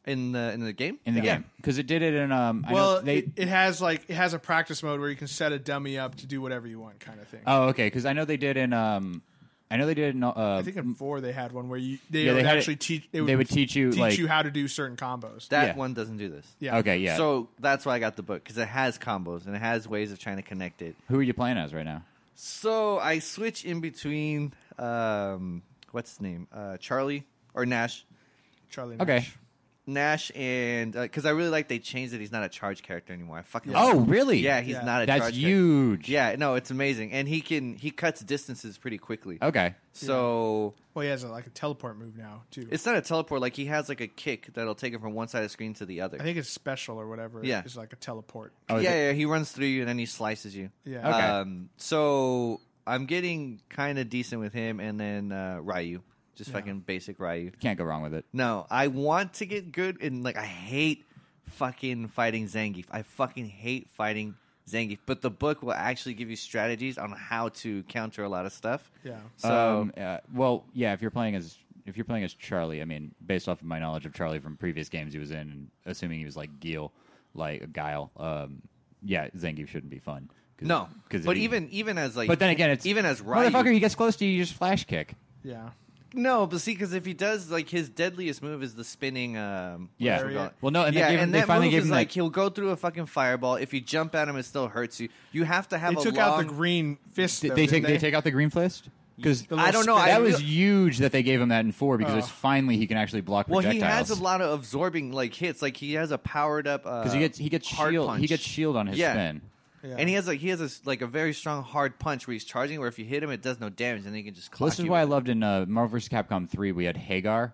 in the in the game.
in the
Yeah.
game? Because it did it in um. I know
Well,
they.
it, it has like it has a practice mode where you can set a dummy up to do whatever you want, kind of thing.
oh, okay. Because I know they did in um. I know they did in. Uh,
I think in four they had one where you they
Yeah, they
would
had it-
actually teach
they would teach you, like-
you how to do certain combos.
That
Yeah.
one doesn't do this.
yeah.
Okay, yeah. So
So that's why I got the book because it has combos and it has ways of trying to connect it.
who are you playing as right now?
So I switch in between um what's his name uh Charlie or Nash.
Charlie.
Okay.
Nash.
Nash and because I really like they changed it. He's not a charge character anymore. I fucking love
Oh,
it.
really?
Yeah, he's
Yeah.
not a
That's
charge
huge.
Character. Yeah, no, it's amazing, and he can he cuts distances pretty quickly.
Okay.
So
Well, he has a, like a teleport move now too.
it's not a teleport. Like he has like a kick that'll take him from one side of the screen to the other.
I think it's special or whatever.
Yeah.
it's like a teleport.
Oh, is
yeah,
it-
yeah, he runs through you and then he slices you.
Yeah.
Okay.
Um, so I'm getting kind of decent with him, and then uh, Ryu, just fucking basic Ryu.
Can't go wrong with it.
No, I want to get good, and like I hate fucking fighting Zangief. I fucking hate fighting Zangief. But the book will actually give you strategies on how to counter a lot of stuff.
Yeah.
So
um, uh, well, yeah. If you're playing as if you're playing as Charlie, I mean, based off of my knowledge of Charlie from previous games he was in, and assuming he was like Guile, like Guile, um, yeah, Zangief shouldn't be fun. Cause,
no,
'cause
but
he-
even even as like,
but then again, it's
even as Ryu,
motherfucker. He gets close to you, you just flash kick.
Yeah.
No, but see, because if he does, like his deadliest move is the spinning. Um,
Yeah.
Lariat.
what's it
Well, no, and they
yeah,
gave him-
and
they
that
finally
move
gave
is
him that-
like he'll go through a fucking fireball. If you jump at him, it still hurts you. You have to have
They
a
took
long.
out the green fist.
Did
though,
they
didn't
take they take out the green fist because
The
I don't know. I
that was
real-
huge that they gave him that in four because it's
Oh.
finally he can actually block
well, he
projectiles.
has a lot of absorbing like hits. Like he has a powered up uh,
because
because
he gets he gets shield he gets shield on his
Yeah.
spin.
Yeah.
and he has like he has a, s- like a very strong hard punch where he's charging. Where if you hit him, it does no damage, and he can just.
Well,
Clock
this is
you
why I
with it.
loved in uh, Marvel vs. Capcom three we had Hagar,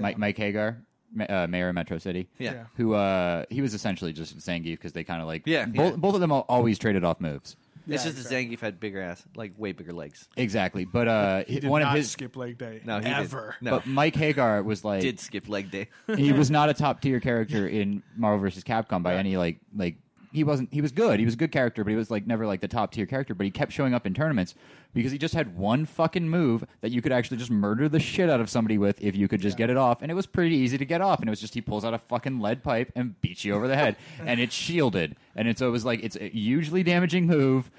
Mike, Mike Hagar, ma- uh, mayor of Metro City.
Yeah.
Yeah.
who uh, he was essentially just Zangief because they kind of like
Yeah,
both,
yeah.
both of them al- always traded off moves.
It's
Yeah,
just the Zangief had bigger ass, like way bigger legs.
Exactly, but uh,
He did
one
not
of his
skip leg day.
No, he
ever.
Did. No,
but Mike Hagar was like
did skip leg day.
he was not a top tier character in Marvel vs. Capcom by any like like he wasn't he was good he was a good character but he was like never like the top tier character but he kept showing up in tournaments because he just had one fucking move that you could actually just murder the shit out of somebody with if you could just get it off and it was pretty easy to get off and it was just he pulls out a fucking lead pipe and beats you over the head and it's shielded and it's so it was like it's a hugely damaging move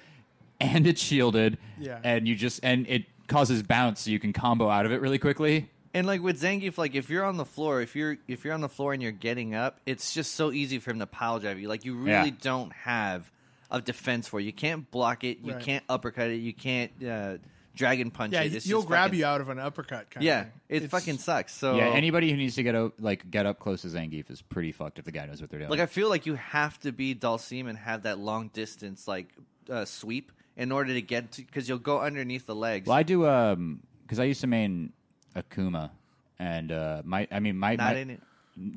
and it's shielded
Yeah.
and you just and it causes bounce so you can combo out of it really quickly
And like with Zangief, like if you're on the floor, if you're if you're on the floor and you're getting up, it's just so easy for him to pile drive you. Like you really
Yeah.
don't have a defense for it. You can't block it. You
Right.
can't uppercut it. You can't uh, dragon punch
Yeah,
it. It's
you'll
just
grab
fucking-
you out of an uppercut. Kind
Yeah,
of thing.
it fucking sucks. So
Yeah, anybody who needs to get up, like get up close to Zangief is pretty fucked if the guy knows what they're doing.
like I feel like you have to be Dalsim and have that long distance like uh, sweep in order to get to because you'll go underneath the legs.
well, I do um because I used to main Akuma, and uh my I mean my
Not
my-
in it.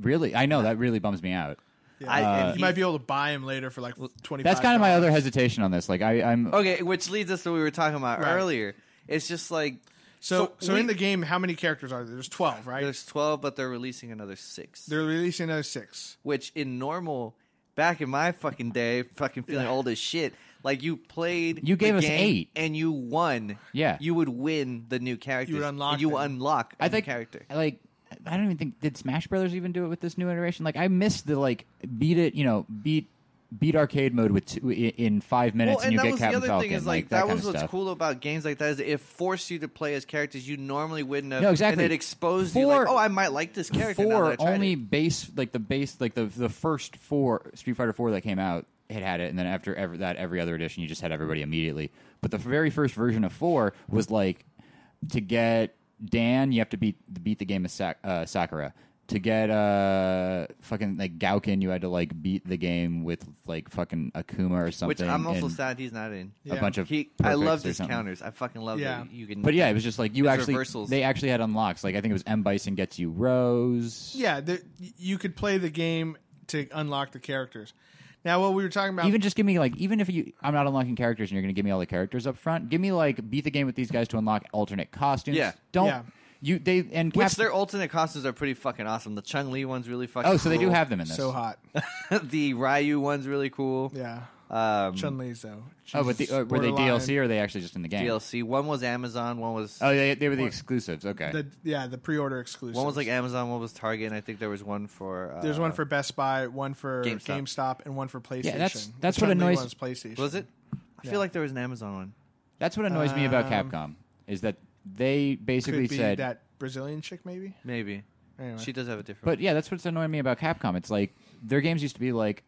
really I know that really bums me out.
Yeah.
I-
Uh,
and
you
he-
might be able to buy him later for like twenty.
That's kind of my other hesitation on this. Like I I'm
Okay, which leads us to what we were talking about
Right.
earlier. It's just like
So, so,
we-
in the game, how many characters are there? There's twelve, right?
There's 12, but they're releasing another 6
They're releasing another six.
which in normal, back in my fucking day, fucking feeling old as shit, like you played.
You gave
the
us
game
eight.
And you won.
Yeah.
You would win the new character.
unlock
You
them.
unlock a
I
new
think
character.
like. I don't even think did Smash Brothers even do it with this new iteration. Like I missed the like beat it, you know, beat beat arcade mode with two, i- in five minutes
Well, and
you
that
get
was the
Captain
other
Falcon.
thing is
like,
that,
kind
was
of
what's
stuff.
cool about games like that is it forced you to play as characters you normally wouldn't have.
No, exactly.
And it exposed you like,
Four-
oh, I might like this character. now that
four
I tried
only
it.
base like the base like the the first four Street Fighter four that came out it had it, and then after ever, that every other edition you just had everybody immediately. But the very first version of four was like to get Dan you have to beat beat the game of Sak- uh, Sakura. To get uh fucking like Gaukin, you had to like beat the game with like fucking Akuma or something.
Which I'm also
and
sad he's not in. Uh,
A
Yeah.
bunch of
He, I
perfects
love
or
his
something.
counters. I fucking love
Yeah.
that you can.
But yeah, it was just like you
His
actually
reversals.
they actually had unlocks. Like I think it was M Bison gets you Rose.
Yeah, there, you could play the game to unlock the characters. Now, what we were talking about,
even just give me like even if you I'm not unlocking characters and you're going to give me all the characters up front, give me like beat the game with these guys to unlock alternate costumes.
Yeah.
don't
Yeah.
you they and
Which
Cap-
their alternate costumes are pretty fucking awesome. The Chung Li one's really fucking.
oh so they do
cool.
have them in this.
so hot.
the Ryu one's really cool.
Yeah,
Um,
Chun Li's though.
oh, but the,
Jesus,
uh, were they
borderline.
DLC or are they actually just in the game?
DLC. One was Amazon. One was
Oh, they, they were the exclusives. Okay,
The, yeah, the pre-order exclusive.
one was like Amazon. One was Target. And I think there was one for. Uh,
There's one for Best Buy, one for
GameStop.
GameStop, and one for PlayStation.
that's-
The
that's what
Chun-Li
annoys-
one's PlayStation.
Was it? I
Yeah.
feel like there was an Amazon one.
that's what annoys me about
Um,
Capcom is that they
Could
basically
be
said
that Brazilian chick, maybe.
Maybe
Anyway,
she does have a different.
But yeah, that's what's annoying me about Capcom. It's like their games used to be like,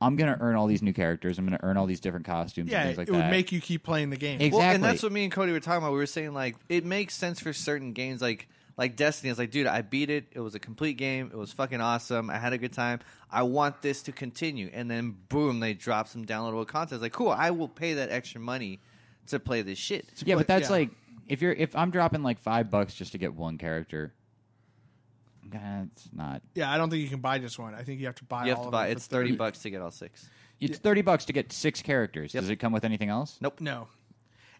I'm gonna earn all these new characters, I'm gonna earn all these different costumes,
yeah,
and things like
it
that.
would make you keep playing the game.
Ex-
Well, and
Exactly.
that's what me and Cody were talking about. We were saying like it makes sense for certain games, like Like Destiny, I was like, dude, I beat it. It was a complete game. It was fucking awesome. I had a good time. I want this to continue. And then boom, they drop some downloadable content. It's like, cool, I will pay that extra money to play this shit.
yeah, but that's
yeah.
like if you're if I'm dropping like five bucks just to get one character, that's not.
Yeah, I don't think you can buy just one. I think you have to buy.
You
all
have to
of
buy.
them for
It's thirty bucks to get all six.
It's thirty bucks to get six characters. Does it come with anything else? Uh,
Nope.
No,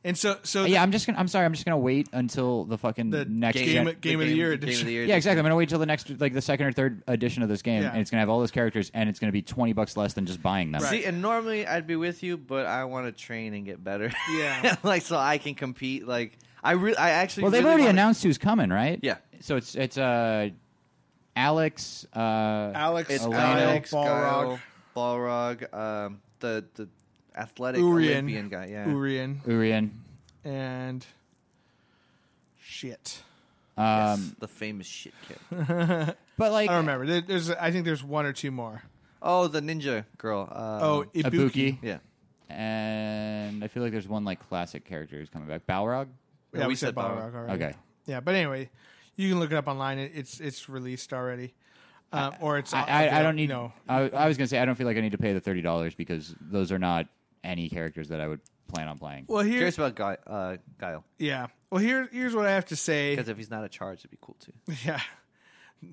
and so so
Yeah, I'm just gonna. I'm sorry. I'm just gonna wait until the fucking
The
next
game-
gen-
of the Year
Game of
edition.
the year.
Yeah, exactly. I'm gonna wait till the next, like the second or third edition of this game,
Yeah.
and it's gonna have all those characters, and it's gonna be twenty bucks less than just buying them.
Right.
See, and normally I'd be with you, but I want to train and get better.
Yeah.
like so I can compete. Like I re- I actually.
Well, they've
really
already
wanna-
announced who's coming, right?
Yeah.
So it's it's uh, Alex. Uh,
Alex,
It's
Elena.
Alex,
Balrog,
Balrog, Balrog, um, the the athletic Olympian
Urian,
guy. Yeah. Um,
Urian,
Urian.
and shit.
Yes,
Um,
the famous shit kid.
but
I
like,
don't remember. There, there's, I think there's one or two more.
Oh, the ninja girl. Uh,
Oh, Ibuki.
Um, Ibuki,
yeah.
and I feel like there's one like classic character who's coming back. Balrog.
Yeah, we, said Balrog already.
Okay.
Yeah, but anyway, you can look it up online. It, it's it's released already, um, or it's.
I, I, I don't need.
No,
I, I was gonna say I don't feel like I need to pay the thirty dollars because those are not any characters that I would plan on playing.
well here,
Curious about Guy, uh, Guile
yeah. Well here, here's what I have to say.
because if he's not a charge, it'd be cool too.
Yeah,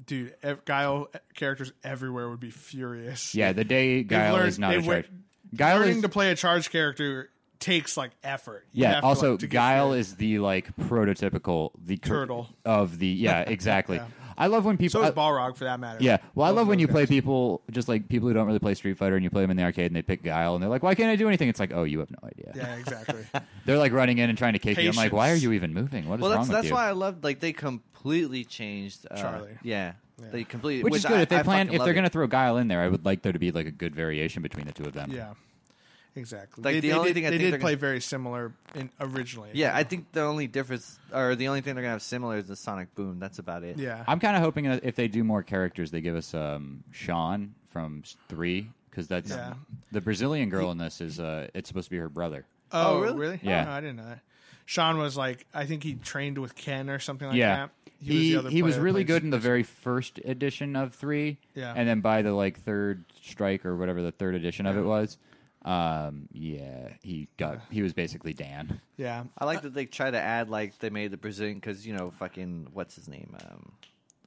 dude, ev- Guile uh, characters everywhere would be furious.
Yeah, the day Guile
learned-
is not a
they've learned-
character. Guile
learning
is
to play a charge character takes like effort. You
yeah.
have to,
Also,
like, to get
Guile
through.
is the like prototypical the cur-
Turtle.
of the yeah exactly. I love when people
So is
I-
Balrog for that matter.
yeah. Well, I
Both
love when
those
you play
guys.
people just like people who don't really play Street Fighter and you play them in the arcade and they pick Guile and they're like, why can't I do anything? It's like, oh, you have no idea.
Yeah, exactly.
They're like running in and trying to kick you. I'm like, why are
Patience.
you even moving? What is
Well,
wrong
that's
with
that's
you?
why I loved like they completely changed uh,
Charlie.
Yeah, they completely
which, is good
I-
if they
I
plan
fucking
if
love
they're
it.
gonna throw Guile in there. I would like there to be like a good variation between the two of them.
yeah, exactly.
Like,
they,
the
they
only
did,
thing I
they
think
did
they're
play
gonna-
very similar in, originally.
Yeah, I think the only difference or the only thing they're gonna have similar is the Sonic Boom. That's about it.
yeah.
I'm kind of hoping that if they do more characters, they give us um, Sean from s- three because that's
Yeah.
the Brazilian girl in this is uh, it's supposed to be her brother.
Oh,
Oh,
really?
really?
Yeah.
Oh, no, I didn't know that. Sean was like, I think he trained with Ken or something like
yeah,
that.
he he was,
player that
really
plays-
good in the very first edition of three.
Yeah.
and then by the like third strike or whatever the third edition of it was, um, yeah, he got he was basically Dan.
Yeah,
I like that they try to add like they made the Brazilian because you know fucking what's his name um,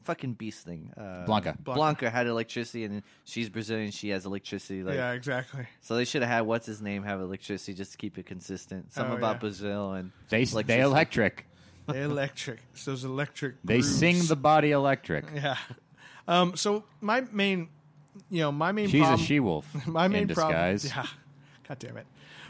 fucking beast thing uh,
Blanca.
Blanca had electricity and she's Brazilian. She has electricity. Like,
yeah, exactly.
So they should have had what's his name have electricity just to keep it consistent. Something
Oh,
about
yeah.
Brazil and
They they
electricity.
electric.
They electric. It's those electric.
They
grooves.
sing the body electric.
Yeah. Um. So my main, you know, my main
She's
problem.
a she wolf.
my main
in disguise.
problem. Yeah. God damn it.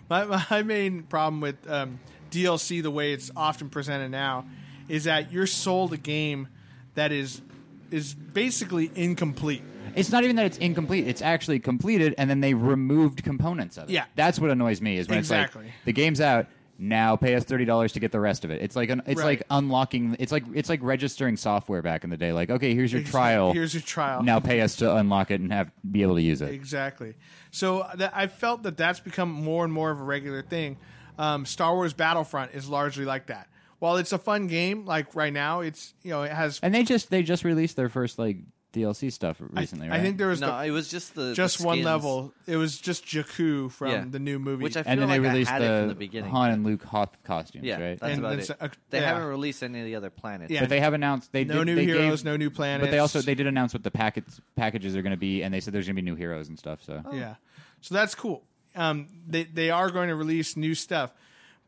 My my main problem with um, DLC the way it's often presented now is that you're sold a game that is is basically incomplete.
It's not even that it's incomplete. It's actually completed, and then they removed components of it.
Yeah.
that's what annoys me. Is when
Exactly.
it's like the game's out now, pay us thirty dollars to get the rest of it. It's like an, it's
Right.
like unlocking. It's like it's like registering software back in the day. Like, okay, here's your
Exa-
trial.
here's your trial.
Now pay us to unlock it and have be able to use it.
Exactly. So that I felt that that's become more and more of a regular thing. Um, Star Wars Battlefront is largely like that. While it's a fun game, like right now, it's you know it has.
And they just they just released their first like DLC stuff recently.
I
right?
think there was
No,
the-
it was just the
just
the
one
skins.
level. It was just Jakku from
Yeah.
the new movie,
Which I feel
and then
like
they
I
released
had it
the,
from the beginning.
Han and Luke Hoth costumes,
yeah,
right?
that's
And
about
then
it.
so- uh,
they
yeah.
haven't released any of the other planets.
Yeah.
but they have announced they
no
did,
new
they
heroes,
gave-
no new planets.
But they also they did announce what the packets packages are going to be, and they said there's going to be new heroes and stuff. So
Yeah. So that's cool. Um, they they are going to release new stuff,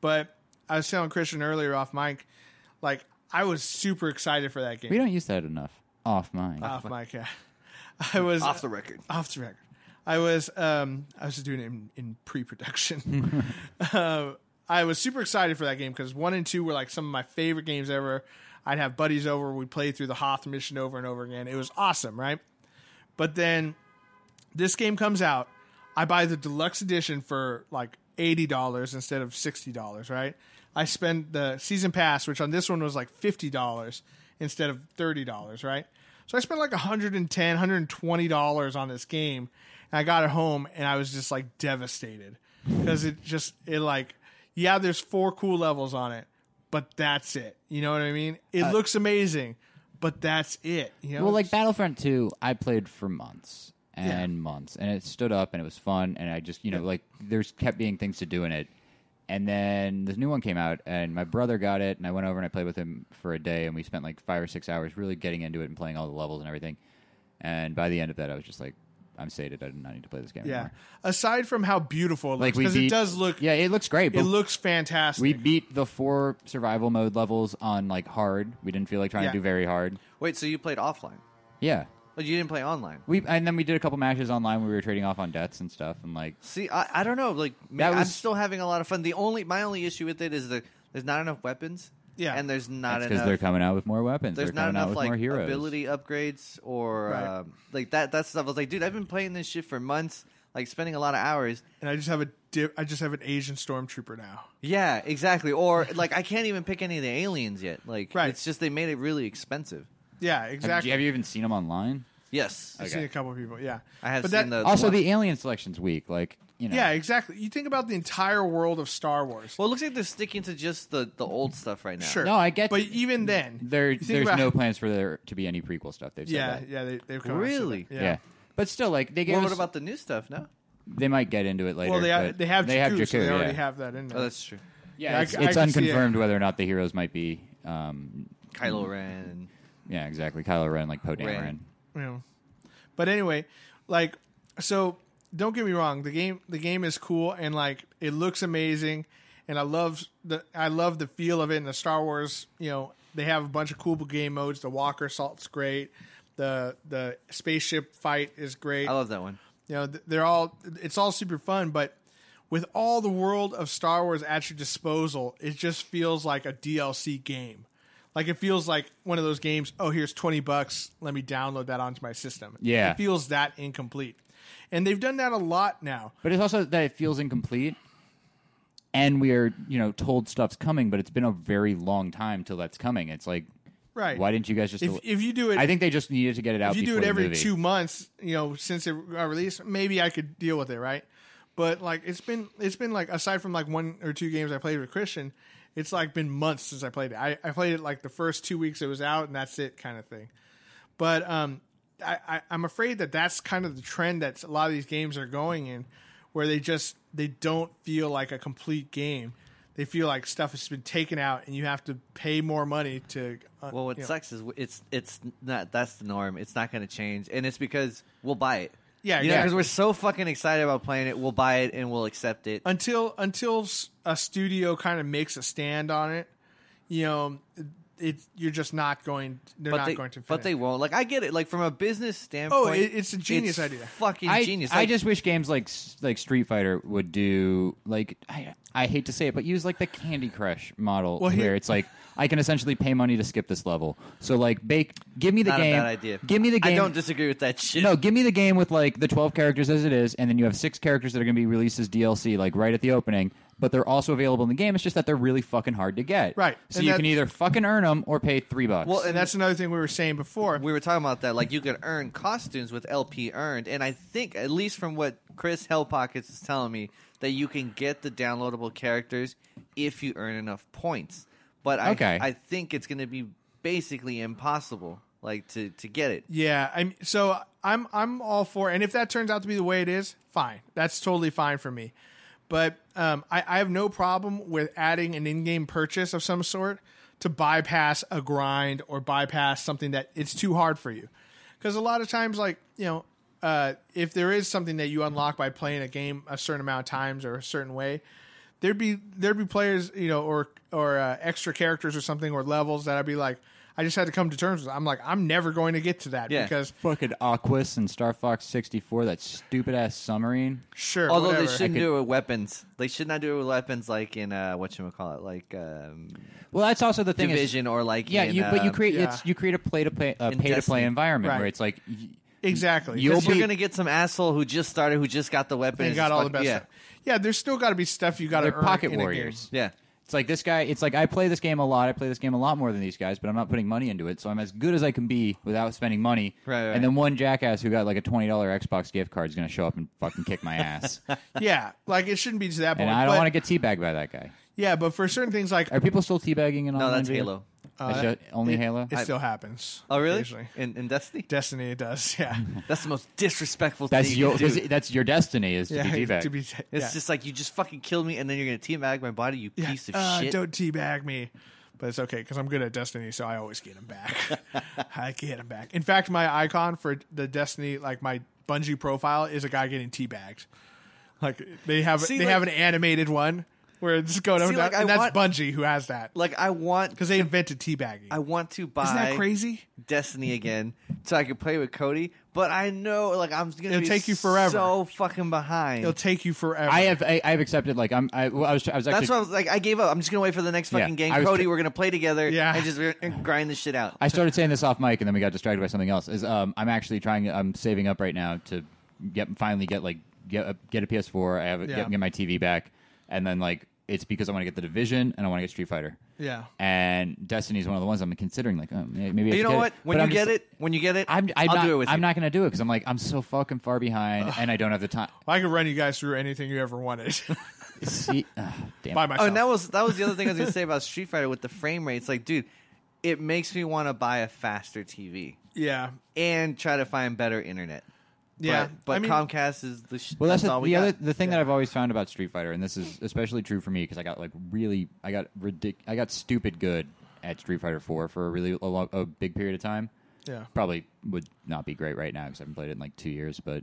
but I was telling Christian earlier off mic, like I was super excited for that game.
we don't use that enough. Off mine.
off mic, yeah. I was
Off the record.
off the record. I was um, I was doing it in, in pre-production. uh, I was super excited for that game because one and two were like some of my favorite games ever. I'd have buddies over. We'd play through the Hoth mission over and over again. It was awesome, right? But then this game comes out. I buy the deluxe edition for like eighty dollars instead of sixty dollars, right? I spend the season pass, which on this one was like fifty dollars instead of thirty dollars, right? So I spent like 110 dollars on this game, and I got it home and I was just like devastated because it just it like yeah, there's four cool levels on it, but that's it. You know what I mean? It looks amazing, but that's it. You know,
Uh, Well, like
It's-
Battlefront 2, I played for months
Yeah.
and months, and it stood up and it was fun, and I just, you know, like there's kept being things to do in it. And then this new one came out, and my brother got it, and I went over and I played with him for a day, and we spent like five or six hours really getting into it and playing all the levels and everything. And by the end of that, I was just like, I'm sated. I do not need to play this game
yeah.
anymore.
Aside from how beautiful it looks,
Like we
because
beat,
it does look,
Yeah, it looks great. But
it looks fantastic.
we beat the four survival mode levels on like hard. We didn't feel like trying
Yeah.
to do very hard.
Wait, so you played offline?
Yeah,
Oh, you didn't play online?
We and then we did a couple matches online. where We were trading off on debts and stuff, and like
See, I, I don't know. Like, man,
That
I'm
was-
still having a lot of fun. The only my only issue with it is that there's not enough weapons.
Yeah.
and there's not
that's because
enough.
they're coming out with more weapons.
there's
they're
not
coming out
enough
with
like
more heroes.
ability upgrades or
Right.
um, like that. That stuff. I was like, dude, I've been playing this shit for months. Like spending a lot of hours.
and I just have a, di- I just have an Asian stormtrooper now.
Yeah, exactly. Or like, I can't even pick any of the aliens yet. Like,
Right.
it's just they made it really expensive.
Yeah,
Have,
exactly.
you, have you even seen them online?
Yes,
I've seen a couple of people. Yeah,
I have
But
seen
that-
the
Also,
one-
the alien selections week, like you know,
Yeah, exactly. You think about the entire world of Star Wars.
Well, it looks like they're sticking to just the the old stuff right now.
sure.
No, I get-
But even then,
there
you think
there's
about-
no plans for there to be any prequel stuff. They've said
Yeah,
that.
yeah, they, they've come out and said
Really?
that.
yeah,
Yeah.
But still, like they gave
Well, what
us-
about the new stuff? No,
they might get into it later.
Well, they have,
but
they have
they have
Jakku, so
Jakku,
they already
yeah.
have that in there.
oh, that's true.
Yeah,
Yeah, I
it's,
c- I
it's
can see it.
unconfirmed whether or not the heroes might be. Um,
Kylo Ren.
yeah, exactly. Kylo Ren, like Poe
Ren.
Dameron.
you know. But anyway, like so don't get me wrong, the game the game is cool and like it looks amazing and I love the I love the feel of it and the Star Wars, you know, they have a bunch of cool game modes. The walker salt's great. The the spaceship fight is great.
I love that one.
you know, th- they're all it's all super fun, but with all the world of Star Wars at your disposal, it just feels like a DLC game. Like it feels like one of those games. Oh, here's twenty bucks. Let me download that onto my system.
Yeah.
it feels that incomplete, and they've done that a lot now.
But it's also that it feels incomplete. And we are, you know, told stuff's coming, but it's been a very long time till that's coming. It's like,
Right.
Why didn't you guys just?
If, if you do it,
I think they just needed to get it out.
if you do
before
it
the
every
movie.
two months, you know, since it got released, maybe I could deal with it, right? But like it's been it's been like aside from like one or two games I played with Christian, it's like been months since I played it. I, I played it like the first two weeks it was out and that's it kind of thing. But um I, I, I'm afraid that that's kind of the trend that a lot of these games are going in where they just they don't feel like a complete game. They feel like stuff has been taken out and you have to pay more money to uh,
Well, what
you know.
sucks is it's it's not that's the norm. It's not going to change, and it's because we'll buy it.
Yeah,
you know,
yeah.
because we're so fucking excited about playing it, we'll buy it and we'll accept it.
until until s- a studio kind of makes a stand on it, you know, it you're just not going. They're
but
not
they,
going to. Fit
but they won't. Like I get it. Like from a business standpoint,
Oh, it- it's a genius idea.
Fucking
I,
genius.
I
Like,
just wish games like like Street Fighter would do like I, I hate to say it, but use like the Candy Crush model
Well, here-
where it's like I can essentially pay money to skip this level. So like, bake, give me the
not
game.
a bad idea.
Give me the game.
I don't disagree with that shit.
No, give me the game with like the twelve characters as it is, and then you have six characters that are going to be released as DLC, like right at the opening. But they're also available in the game. It's just that they're really fucking hard to get.
Right.
So
And
you
that-
can either fucking earn them or pay three bucks.
Well,
and that's another thing we were saying before.
we were talking about that. Like you could earn costumes with LP earned, and I think at least from what Chris Hellpockets is telling me that you can get the downloadable characters if you earn enough points. But I
Okay.
I think it's going to be basically impossible like to to get it.
yeah, I'm so I'm I'm all for. And if that turns out to be the way it is, fine. That's totally fine for me. But um, I, I have no problem with adding an in-game purchase of some sort to bypass a grind or bypass something that it's too hard for you. Because a lot of times, like you know, uh, if there is something that you unlock by playing a game a certain amount of times or a certain way, there'd be there'd be players you know or or uh, extra characters or something or levels that I'd be like, I just had to come to terms with. I'm like, I'm never going to get to that
Yeah.
because
fucking Aquas and Star Fox sixty four, that stupid ass submarine.
sure,
Although
whatever.
they shouldn't do it with weapons. They should not do it with weapons like in uh what you call it, like um,
Well, that's also the thing. is-
division or like
yeah,
in,
you, but you
um,
create
yeah.
it's you create a play to play a
In
pay to
Destiny.
play environment
Right.
where it's like. y-
exactly.
You'll
Because you're
be-
gonna get some asshole who just started, who just got the weapon,
and
it's
got all the best.
fucking- Yeah,
stuff. Yeah, there's still got to be stuff you got to
They're
earn.
pocket
in a
warriors.
game.
yeah.
It's like this guy. It's like I play this game a lot. I play this game a lot more than these guys, but I'm not putting money into it, so I'm as good as I can be without spending money.
Right, right.
And then one jackass who got like a twenty dollar Xbox gift card is going to show up and fucking kick my ass, and
Yeah, like it shouldn't be to that point.
I don't
but-
want to get teabagged by that guy.
Yeah, but for certain things like
Are people still teabagging in
No,
online?
that's
video?
Halo.
It's just- only Halo?
Uh, It still happens.
Oh, really?
occasionally.
In, in Destiny?
Destiny, it does. Yeah.
That's the most disrespectful
That's
thing
your
you can do.
that's- that's your destiny is to
yeah.
be D-back.
to be-
It's
yeah.
just like you just fucking kill me, and then you're gonna teabag my body, you
Yeah,
piece of
uh,
shit.
Don't teabag me. But it's okay because I'm good at Destiny, so I always get him back. I get him back. In fact, my icon for the Destiny, like my Bungie profile, is a guy getting teabagged. Like they have,
See,
they
like-
have an animated one where it's going over,
See, like,
and
I
that's
want-
Bungie who has that
Like I want,
because they invented teabagging.
I want to buy
Isn't that crazy?
Destiny again, so I could play with Cody. But I know, like I'm gonna
It'll
be
take you forever.
So fucking behind.
It'll take you forever.
I have I, I have accepted like I'm I, well, I was I was actually
That's why I was like, I gave up. I'm just gonna wait for the next
Yeah,
fucking game,
I was
Cody.
tr-
we're gonna play together,
Yeah.
and just re- and grind this shit out.
I started saying this off mic, and then we got distracted by something else. Is um, I'm actually trying. I'm saving up right now to get finally get like get a, get a PS4. I have a-
Yeah.
get, get my TV back, and then like it's because I want to get the Division and I want to get Street Fighter.
Yeah.
And Destiny is one of the ones I'm considering. Like oh, may- maybe I
But
should
you know
get
what?
It. But
When you
I'm just-
get it, when you get it,
I'm, I'm
will
not,
do it with
I'm
you.
not going to do it because I'm like I'm so fucking far behind, and I don't have the time.
I could run you guys through anything you ever wanted
See, ah, damn.
by
it.
myself.
Oh, and that was that was the other thing I was gonna say about Street Fighter with the frame rates. Like, dude, it makes me want to buy a faster TV
yeah,
and try to find better internet.
yeah.
but, but
I mean,
Comcast is the sh-
Well, that's, the,
all we
the
got.
other the thing that I've always found about Street Fighter, and this is especially true for me because I got like really, I got ridic- I got stupid good at Street Fighter Four for a really a, long, a big period of time.
yeah.
Probably would not be great right now because I haven't played it in like two years. But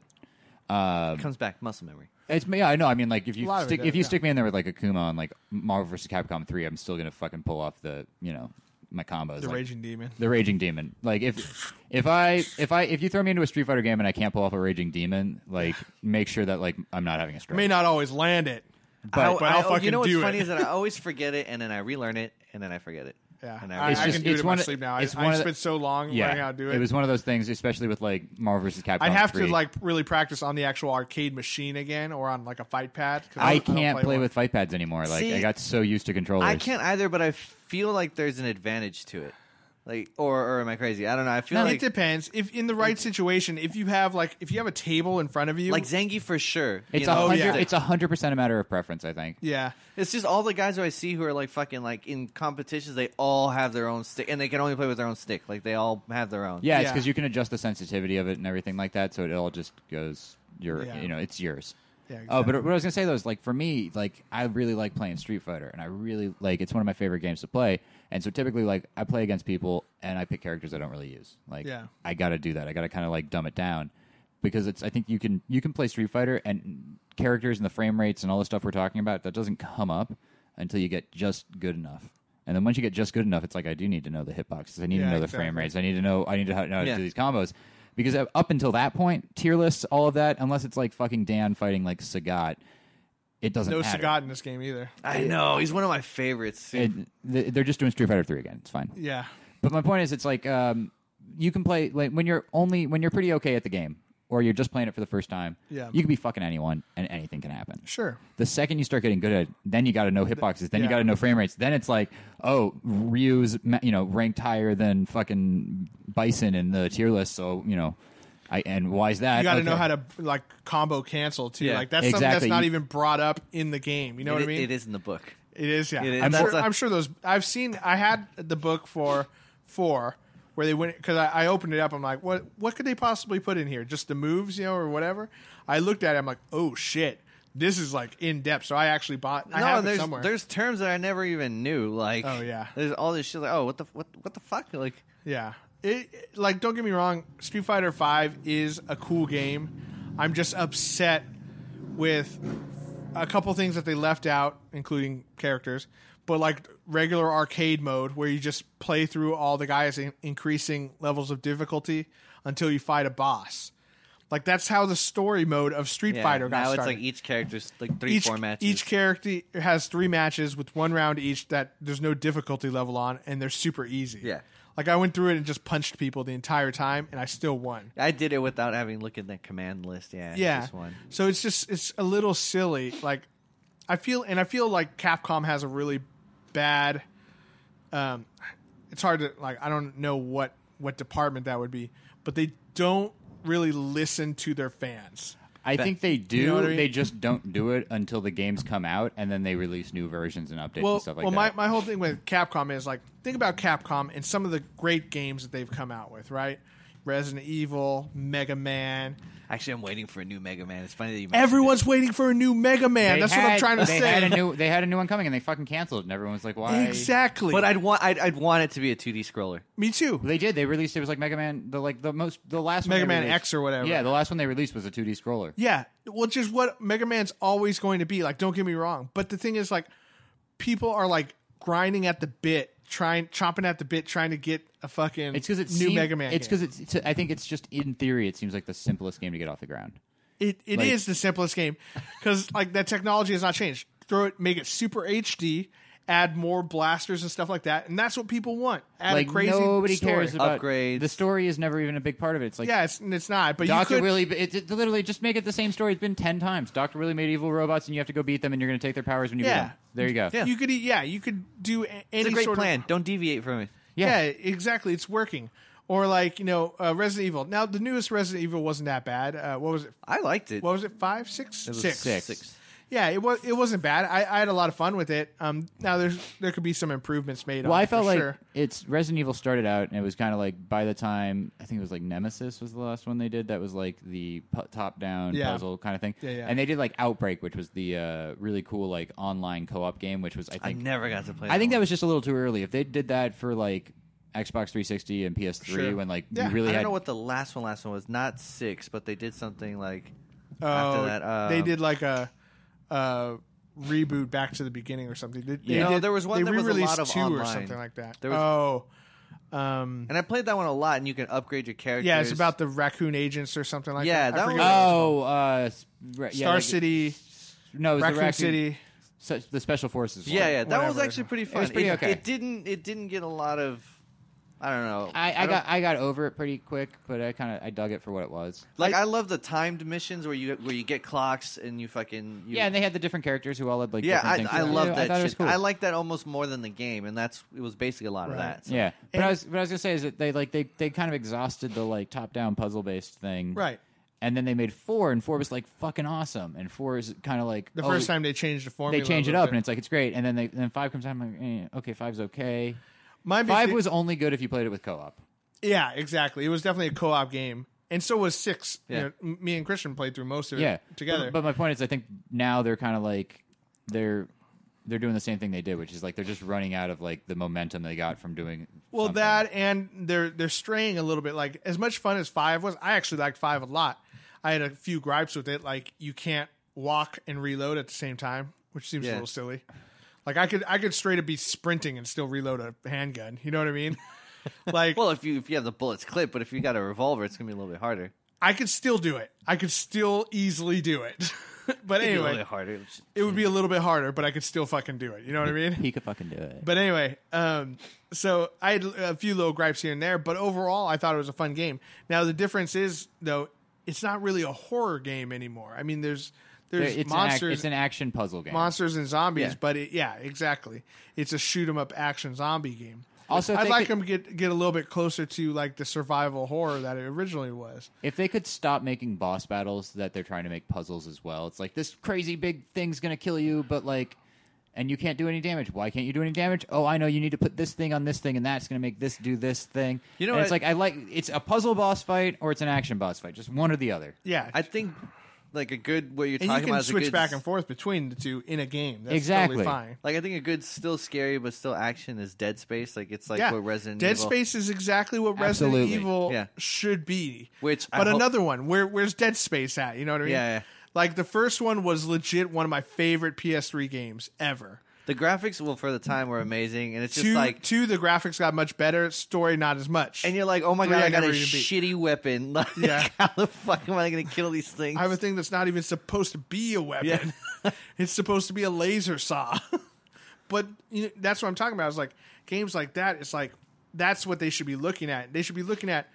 It comes back muscle memory.
it's yeah, I know. I mean, like if
A
you
lot of it
stick
does,
if you
yeah.
stick me in there with like Akuma and like Marvel vs. Capcom Three, I'm still gonna fucking pull off the you know my combos.
The
like,
raging demon.
the raging demon. Like if if I if I if you throw me into a Street Fighter game and I can't pull off a raging demon, like make sure that like I'm not having a stroke.
May not always land it,
But- oh,
but I'll fucking
you know what's
do
funny
it.
is that I always forget it and then I relearn it and then I forget it.
Yeah,
And
I,
I,
It's
I
just-
can do it
it's
in my
one of-
sleep now. I,
it's
I
one of the-
spent so long learning how to do it.
was one of those things, especially with like Marvel versus Capcom.
I'd have
3.
to like really practice on the actual arcade machine again, or on like a fight pad. 'cause
I
don't- don't
can't play
one.
with fight pads anymore. Like
See,
I got so used to controllers.
I can't either, but I feel like there's an advantage to it. Like, or, or am I crazy? I don't know. I feel
It
like
depends. If in the right situation, if you have like if you have a table in front of you,
like Zangief for sure. you
It's a
know?
hundred.
Oh, yeah.
It's a hundred percent a matter of preference. I think.
yeah,
It's just all the guys who I see who are like fucking like in competitions. They all have their own stick, and they can only play with their own stick. Like they all have their own.
Yeah, it's
Yeah.
because you can adjust the sensitivity of it and everything like that, so it all just goes your.
Yeah.
You know, it's yours.
yeah.
Oh, but
exactly.
what I was gonna say though is like for me, like I really like playing Street Fighter, and I really like it's one of my favorite games to play. And so typically, like I play against people, and I pick characters I don't really use. Like
Yeah.
I gotta do that. I gotta kind of like dumb it down because it's. I think you can you can play Street Fighter and characters and the frame rates and all the stuff we're talking about that doesn't come up until you get just good enough. And then once you get just good enough, it's like I do need to know the hitboxes. I need
Yeah,
to know the frame
exactly.
rates. I need to know. I need to know how to
Yeah.
do these combos. Because up- up until that point, tier lists, all of that, unless it's like fucking Dan fighting like Sagat, it doesn't
no
matter.
Sagat in this game either.
I know. He's one of my favorites. dude.
It, th- they're just doing Street Fighter three again. It's fine.
Yeah,
But my point is, it's like um, you can play like when you're only when you're pretty okay at the game, or you're just playing it for the first time.
Yeah.
you can be fucking anyone, and anything can happen.
sure.
The second you start getting good at it, then you got to know hitboxes, then you
Yeah.
got to know frame rates. Then it's like, oh, Ryu's ma- you know ranked higher than fucking Bison in the tier list, so you know, I and why is that?
You got to know
Okay.
how to like combo cancel too.
Yeah.
Like that's
Exactly.
something that's not
You-
even brought up in the game. You know
It-
what I mean?
It is in the book.
It is, yeah.
It is.
I'm,
That's
sure,
a-
I'm sure those. I've seen. I had the book for four, where they went because I, I opened it up. I'm like, what? What could they possibly put in here? Just the moves, you know, or whatever. I looked at it. I'm like, oh shit, this is like in depth. So I actually bought. I
no,
have
there's
it somewhere.
there's terms that I never even knew. Like,
Oh, yeah.
there's all this shit. Like, oh, what the what what the fuck? Like,
Yeah. It, it- like don't get me wrong, Street Fighter 5 is a cool game. I'm just upset with a couple things that they left out including characters, but like regular arcade mode where you just play through all the guys in increasing levels of difficulty until you fight a boss. Like that's how the story mode of Street
yeah,
Fighter got
now
started
it's like each character's like three
each,
four matches.
Each character has three matches with one round each that there's no difficulty level on, and they're super easy.
Yeah.
Like I went through it and just punched people the entire time, and I still won.
I did it without having looked at that command list. Yeah,
Yeah.
just one.
So it's just it's a little silly. Like I feel, and I feel like Capcom has a really bad. Um, it's hard to like. I don't know what what department that would be, but they don't really listen to their fans.
I think they do.
know what I mean?
They just don't do it until the games come out, and then they release new versions and updates
well,
and stuff like
well,
that.
my my whole thing with Capcom is like think about Capcom and some of the great games that they've come out with, right? Resident Evil, Mega Man.
Actually, I'm waiting for a new Mega Man. It's funny that you mentioned
Everyone's waiting for a new Mega Man.
They
That's what I'm
had-
trying to
they
say.
Had a new, they had a new one coming, and they fucking canceled it. And everyone was like, "Why?"
exactly.
it. But I'd want I'd, I'd want it to be a 2D scroller.
Me too.
They did. They released it was like Mega Man, the like the most the last
Mega
one they
Man
released-
X or whatever.
Yeah, the last one they released was a 2D scroller.
Yeah, which is what Mega Man's always going to be. Like, don't get me wrong, but the thing is, like, people are like grinding at the bit, trying chomping at the bit, trying to get a fucking
It's because it's
new Mega Man.
It's
game.
because it's, it's. I think it's just in theory, it seems like the simplest game to get off the ground.
It it is
Like-
the simplest game because like that technology has not changed. Throw it, make it super HD, add more blasters and stuff like that, and that's what people want. Add
Like
a crazy
nobody
story.
cares about
Upgrades.
The story is never even a big part of it. It's like
Yeah, it's, it's not. But
Doctor
you could,
Willy. It, it literally just make it the same story. It's been ten times. Doctor Willy made evil robots, and you have to go beat them, and you're going to take their powers when you
Yeah.
beat them. There you go.
Yeah.
you could yeah, you could do a- any
It's a great
sort
plan.
Of,
Don't deviate from it.
yeah.
Yeah.
exactly. It's working. Or like you know, uh, Resident Evil. Now the newest Resident Evil wasn't that bad. Uh, what was it?
I liked it.
What was it? Five, six,
It was
six.
six.
Yeah, it was. It wasn't bad. I, I had a lot of fun with it. Um, now there's there could be some improvements made.
Well,
on
I
it
felt
for
like
sure.
it's Resident Evil started out, and it was kind of like by the time I think it was like Nemesis was the last one they did. That was like the pu- top-down
Yeah.
puzzle kind of thing.
Yeah, yeah.
And they did like Outbreak, which was the uh, really cool like online co-op game, which was I
I
think
never got to play.
I think that
one.
was just a little too early. If they did that for like Xbox 360 and PS3,
Sure.
when like
Yeah,
you really
I don't
had
know what the last one. Last one was not six, but they did something like
Oh,
after that. Um,
they did like a, a reboot back to the beginning or something. They, they
Yeah.
No,
did-
there was one
They
that was a
re-released
lot of
two or
online.
something like that.
There was-
oh, um,
and I played that one a lot. And you can upgrade your characters.
yeah, it's about the raccoon agents or something like
Yeah,
that. I
that
forget
was-
what-
Oh, uh, s- ra- yeah,
Star
like-
City,
No, it was the
Raccoon, City.
so- the Special Forces. one.
Yeah, yeah, that was
Whatever.
actually pretty fun.
was pretty
it,
okay.
it didn't. It didn't get a lot of. I don't know.
I, I,
don't-
got I got over it pretty quick, but I kind of I dug it for what it was.
like I, love the timed missions where you where you get clocks and you fucking you,
yeah, and they had the different characters who all had like
yeah.
different
I,
things.
I love that
thought it was
shit.
cool.
I like that almost more than the game, and that's it was basically a lot of
Right.
that. so-
yeah, but
And-
I was what I was gonna say is that they like they they kind of exhausted the like top down puzzle based thing,
Right.
And then they made four, and four was like fucking awesome, and four is kind of like
The
oh,
first time they changed the formula,
they change
a
it
little
up, and
bit.
it's like it's great, and then they then five comes out, I'm like eh, okay, five's okay.
My big
Five
thi-
was only good if you played it with co op.
yeah, exactly. It was definitely a co-op game, and so was six.
Yeah.
You know, m- me and Christian played through most of
yeah
it together.
But, but my point is, I think now they're kind of like they're they're doing the same thing they did, which is like they're just running out of like the momentum they got from doing.
Well,
something.
that and they're they're straying a little bit. Like as much fun as five was, I actually liked five a lot. I had a few gripes with it, like you can't walk and reload at the same time, which seems a
Yeah.
little silly. Like I could I could straight up be sprinting and still reload a handgun. You know what I mean? like
Well, if you if you have the bullets clip, but if you got a revolver, it's gonna be a little bit harder.
I could still do it. I could still easily do it. but
It'd be a little
anyway,
bit harder.
it would be a little bit harder, but I could still fucking do it. You know what I mean?
he could fucking do it.
But anyway, um, so I had a few little gripes here and there, but overall, I thought it was a fun game. Now the difference is though, it's not really a horror game anymore. I mean, there's there's
it's an ac-
monsters,
it's an action puzzle game.
monsters and zombies,
Yeah.
but it, yeah, exactly, it's a shoot 'em up action zombie game.
Also, if
I'd
they
like
could-
them to get get a little bit closer to like the survival horror that it originally was.
If they could stop making boss battles that they're trying to make puzzles as well, it's like this crazy big thing's gonna kill you, but like, and you can't do any damage. Why can't you do any damage? Oh, I know you need to put this thing on this thing, and that's gonna make this do this thing.
You know
And it's
what?
like I like it's a puzzle boss fight or it's an action boss fight, just one or the other.
Yeah,
I think like a good what you're
and
talking
you can
about is a
switch
good,
back and forth between the two in a game. That's
Exactly.
totally fine.
Like I think a good still scary but still action is Dead Space. Like it's like
yeah,
what Resident
Dead
Evil.
Space is exactly what
Absolutely.
Resident Evil
Yeah.
should be.
Which I
but
hope-
another one, where where's Dead Space at? You know what I mean?
Yeah, yeah.
Like the first one was legit one of my favorite PS3 games ever.
The graphics, well, for the time, were amazing, and it's just
Two,
like,
two, the graphics got much better. Story not as much.
and you're like, oh my
Three,
god,
I
I got a
never even beat.
shitty weapon. Like,
Yeah.
how the fuck am I going to kill these things?
I have a thing that's not even supposed to be a weapon. it's supposed to be a laser saw. but you know, that's what I'm talking about. It's like games like that. It's like that's what they should be looking at. They should be looking at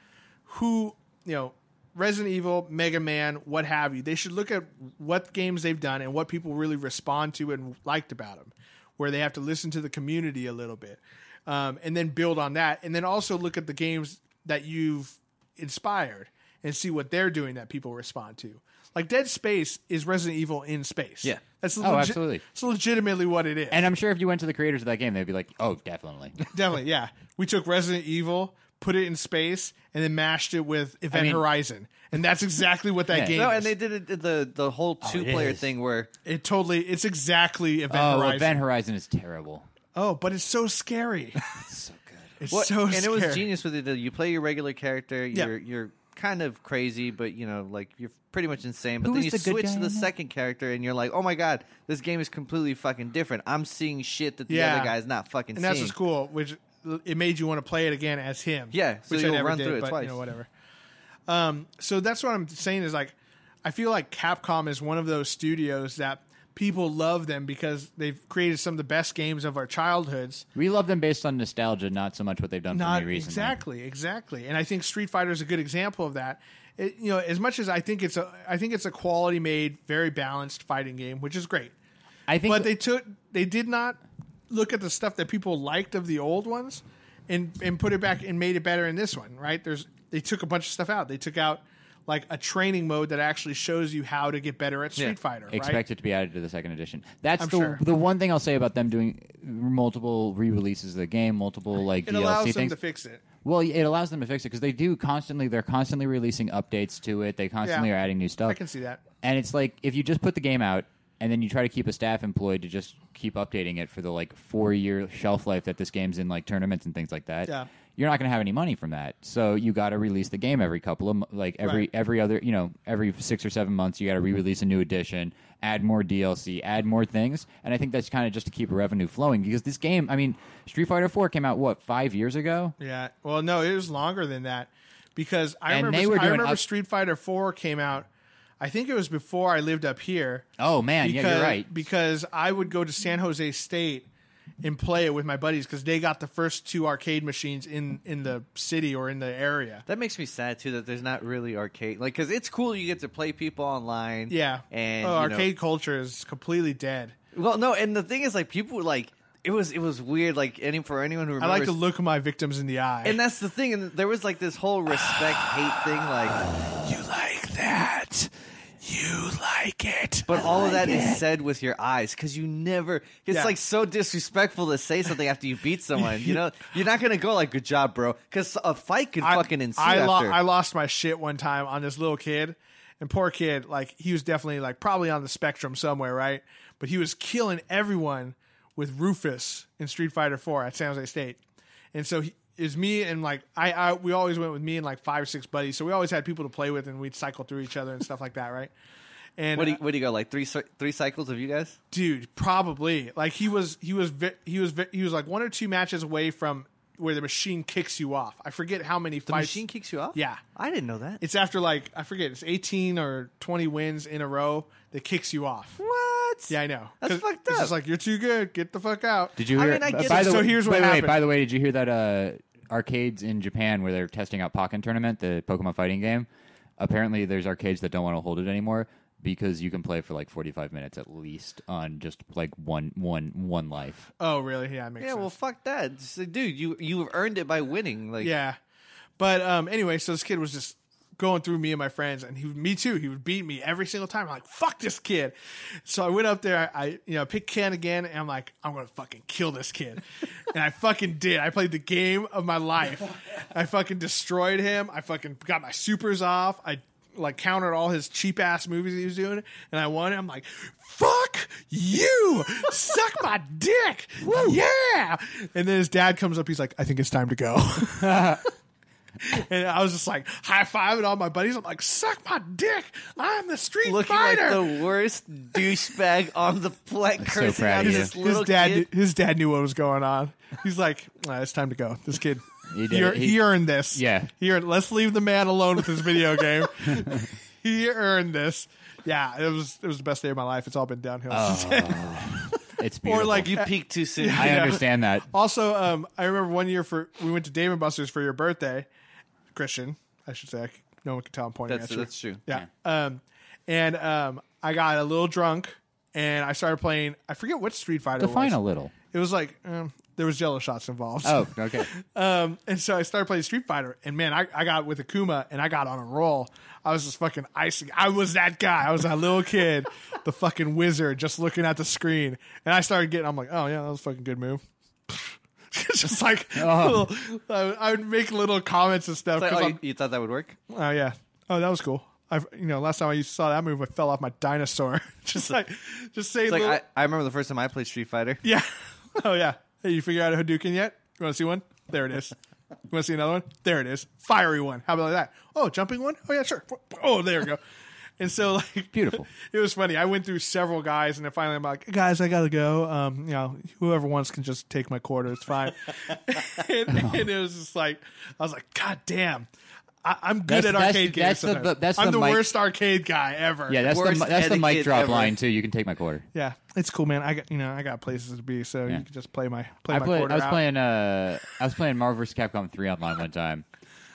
who you know, Resident Evil, Mega Man, what have you. They should look at what games they've done and what people really respond to and liked about them. Where they have to listen to the community a little bit, um, and then build on that, and then also look at the games that you've inspired and see what they're doing that people respond to. Like Dead Space is Resident Evil in space.
Yeah.
that's
Oh, absolutely.
It's legitimately what it is.
And I'm sure if you went to the creators of that game, they'd be like, "Oh, definitely."
Definitely, yeah. We took Resident Evil, put it in space, and then mashed it with Event
mean-
Horizon, and that's exactly what that
Yeah.
game.
No,
is.
and they did it, the the whole two player
Oh, is.
thing where
It totally. It's exactly Event
oh,
Horizon.
Event Horizon is terrible.
Oh, but it's so scary.
So good.
It's
Well,
so
and
scary.
it was genius with it. that You play your regular character.
Yeah.
You're you're kind of crazy, but you know, like you're pretty much insane. But
Who
then
was the
you
good
switch
guy
to the
in that?
second character, and you're like, oh my god, this game is completely fucking different. I'm seeing shit that the
Yeah.
other guy's not fucking
and
seeing.
that's what's cool. Which it made you want to play it again as him.
Yeah, so
which I
you'll
never
run
did,
through it
but,
twice.
You know, whatever. Um, so that's what I'm saying is like, I feel like Capcom is one of those studios that people love them because they've created some of the best games of our childhoods.
We love them based on nostalgia, not so much what they've done
Not
for me recently.
exactly, exactly. And I think Street Fighter is a good example of that. It, you know, as much as I think it's a, I think it's a quality made, very balanced fighting game, which is great.
I think,
But they took, they did not look at the stuff that people liked of the old ones, and and put it back and made it better in this one. Right? There's they took a bunch of stuff out. They took out like a training mode that actually shows you how to get better at Street
Yeah.
Fighter.
expect
right?
it to be added to the second edition. That's
I'm
the
sure.
the one thing I'll say about them doing multiple re-releases of the game, multiple like
It
DLC
allows them
things.
to fix it.
well, it allows them to fix it because they do constantly. They're constantly releasing updates to it. They constantly
Yeah.
are adding new stuff.
I can see that.
And it's like if you just put the game out and then you try to keep a staff employed to just keep updating it for the like four year shelf life that this game's in like tournaments and things like that.
Yeah.
You're not going to have any money from that, so you got to release the game every couple of mo- like every
Right.
every other you know every six or seven months you got to re-release a new edition, add more DLC, add more things, and I think that's kind of just to keep revenue flowing because this game, I mean, Street Fighter Four came out what five years ago,
Yeah. Well, no, it was longer than that because I
And
remember
they were
I
doing
remember
up-
Street Fighter 4 came out. I think it was before I lived up here.
Oh, man. Yeah, you're right.
Because I would go to San Jose State and play it with my buddies because they got the first two arcade machines in in the city or in the area.
that makes me sad too that there's not really arcade like because it's cool you get to play people online.
Yeah.
and
oh,
you know-
arcade culture is completely dead.
Well, no, and the thing is like people were like it was it was weird like any for anyone who
I
remembers
like to look my victims in the eye.
and that's the thing and there was like this whole respect hate thing like.
You like that? You like it?
But all of that is said with your eyes because you never. It's
Yeah.
like so disrespectful to say something after you beat someone. You know, you're not gonna go like "Good job, bro," because a fight could fucking ensue
I, lo-
after.
I lost my shit one time on this little kid, and poor kid, like he was definitely like probably on the spectrum somewhere, right? But he was killing everyone with Rufus in Street Fighter Four at San Jose State, and so he is me and like I, I we always went with me and like five or six buddies, so we always had people to play with, and we'd cycle through each other and stuff like that, right? And uh,
what do you, what do you go like three cy- three cycles of you guys?
dude probably like he was he was vi- he was vi- he was like one or two matches away from where the machine kicks you off i forget how many
The
fights
machine kicks you off.
Yeah.
I didn't know that.
it's after like I forget it's 18 or 20 wins in a row that kicks you off.
what?
Yeah, I know.
That's
'Cause
fucked
It's
up.
just like you're too good. Get the fuck out.
Did you
I
hear?
mean, I get
by
it.
the
So
way,
here's what
by the way-
happened.
by the way, did you hear that uh, arcades in Japan where they're testing out Pokken Tournament, the Pokemon fighting game? Apparently, there's arcades that don't want to hold it anymore because you can play for like 45 minutes at least on just like one one one life.
Oh, really? Yeah, it makes
yeah.
sense.
Well, fuck that, It's like, dude. You you've earned it by winning. Like,
yeah. But um anyway, so this kid was just going through me and my friends and he me too. He would beat me every single time. I'm like, "Fuck this kid." So I went up there, I, I you know, picked Ken again and I'm like, "I'm going to fucking kill this kid." and I fucking did. I played the game of my life. I fucking destroyed him. I fucking got my supers off. I like countered all his cheap ass movies he was doing, and I won. I'm like, "Fuck you, suck my dick, yeah!" And then his dad comes up. He's like, "I think it's time to go." and I was just like high fiving all my buddies. I'm like, "Suck my dick! I'm the street
Looking
fighter."
like the worst douchebag on the planet,
so
cursing
proud
out
of you.
this
his,
little
his dad,
kid.
knew- his dad knew what was going on. He's like, "Ah, "It's time to go. This kid."
He did
he,
it. He-
he earned this.
Yeah.
He earned, let's leave the man alone with his video game. he earned this. Yeah, it was it was the best day of my life. It's all been downhill.
Oh.
since then.
It's beautiful.
like
You peaked too soon.
I understand that.
Also, um, I remember one year for we went to Dave and Buster's for your birthday, Christian. I should say. I c- No one can tell I'm pointing
That's-
at you.
that's true.
Yeah. Um, and um, I got a little drunk and I started playing. I forget what Street Fighter. it was.
Define a little.
It was like um, there was jello shots involved.
Oh, okay.
Um, and so I started playing Street Fighter, and man, I, I got with Akuma, and I got on a roll. I was just fucking icing. I was that guy. I was that little kid, the fucking wizard, just looking at the screen. And I started getting. I'm like, oh yeah, that was a fucking good move. just like little, I, I would make little comments and stuff.
Oh. It's
'cause
like, oh,
I'm-
you, you thought that would work?
Oh yeah. Oh, that was cool. I you know last time I saw that move, I fell off my dinosaur. just like, just say
It's like
little-
I, I remember the first time I played Street Fighter.
yeah. Oh yeah. Hey, you figure out a Hadouken yet? You want to see one? There it is. You want to see another one? There it is. Fiery one. How about that? Oh, jumping one? Oh yeah, sure. Oh, there we go. And so like
Beautiful.
It was funny. I went through several guys, and then finally I'm like, guys, I gotta go. Um, you know, whoever wants can just take my quarter. It's fine. and, and it was just like, I was like, God damn. I, I'm good
That's-
at
that's-
arcade games.
that's the-
sometimes.
that's
I'm
the
the,
mic-
worst arcade guy ever.
Yeah, that's
Worst
the that's the mic
etiquette
drop
ever.
line too. You can take my quarter.
Yeah, it's cool, man. I got you know I got places to be, so
Yeah.
you can just play my play
I
my
played.
quarter
I was
out.
playing. Uh, I was playing Marvel vs. Capcom three online one time,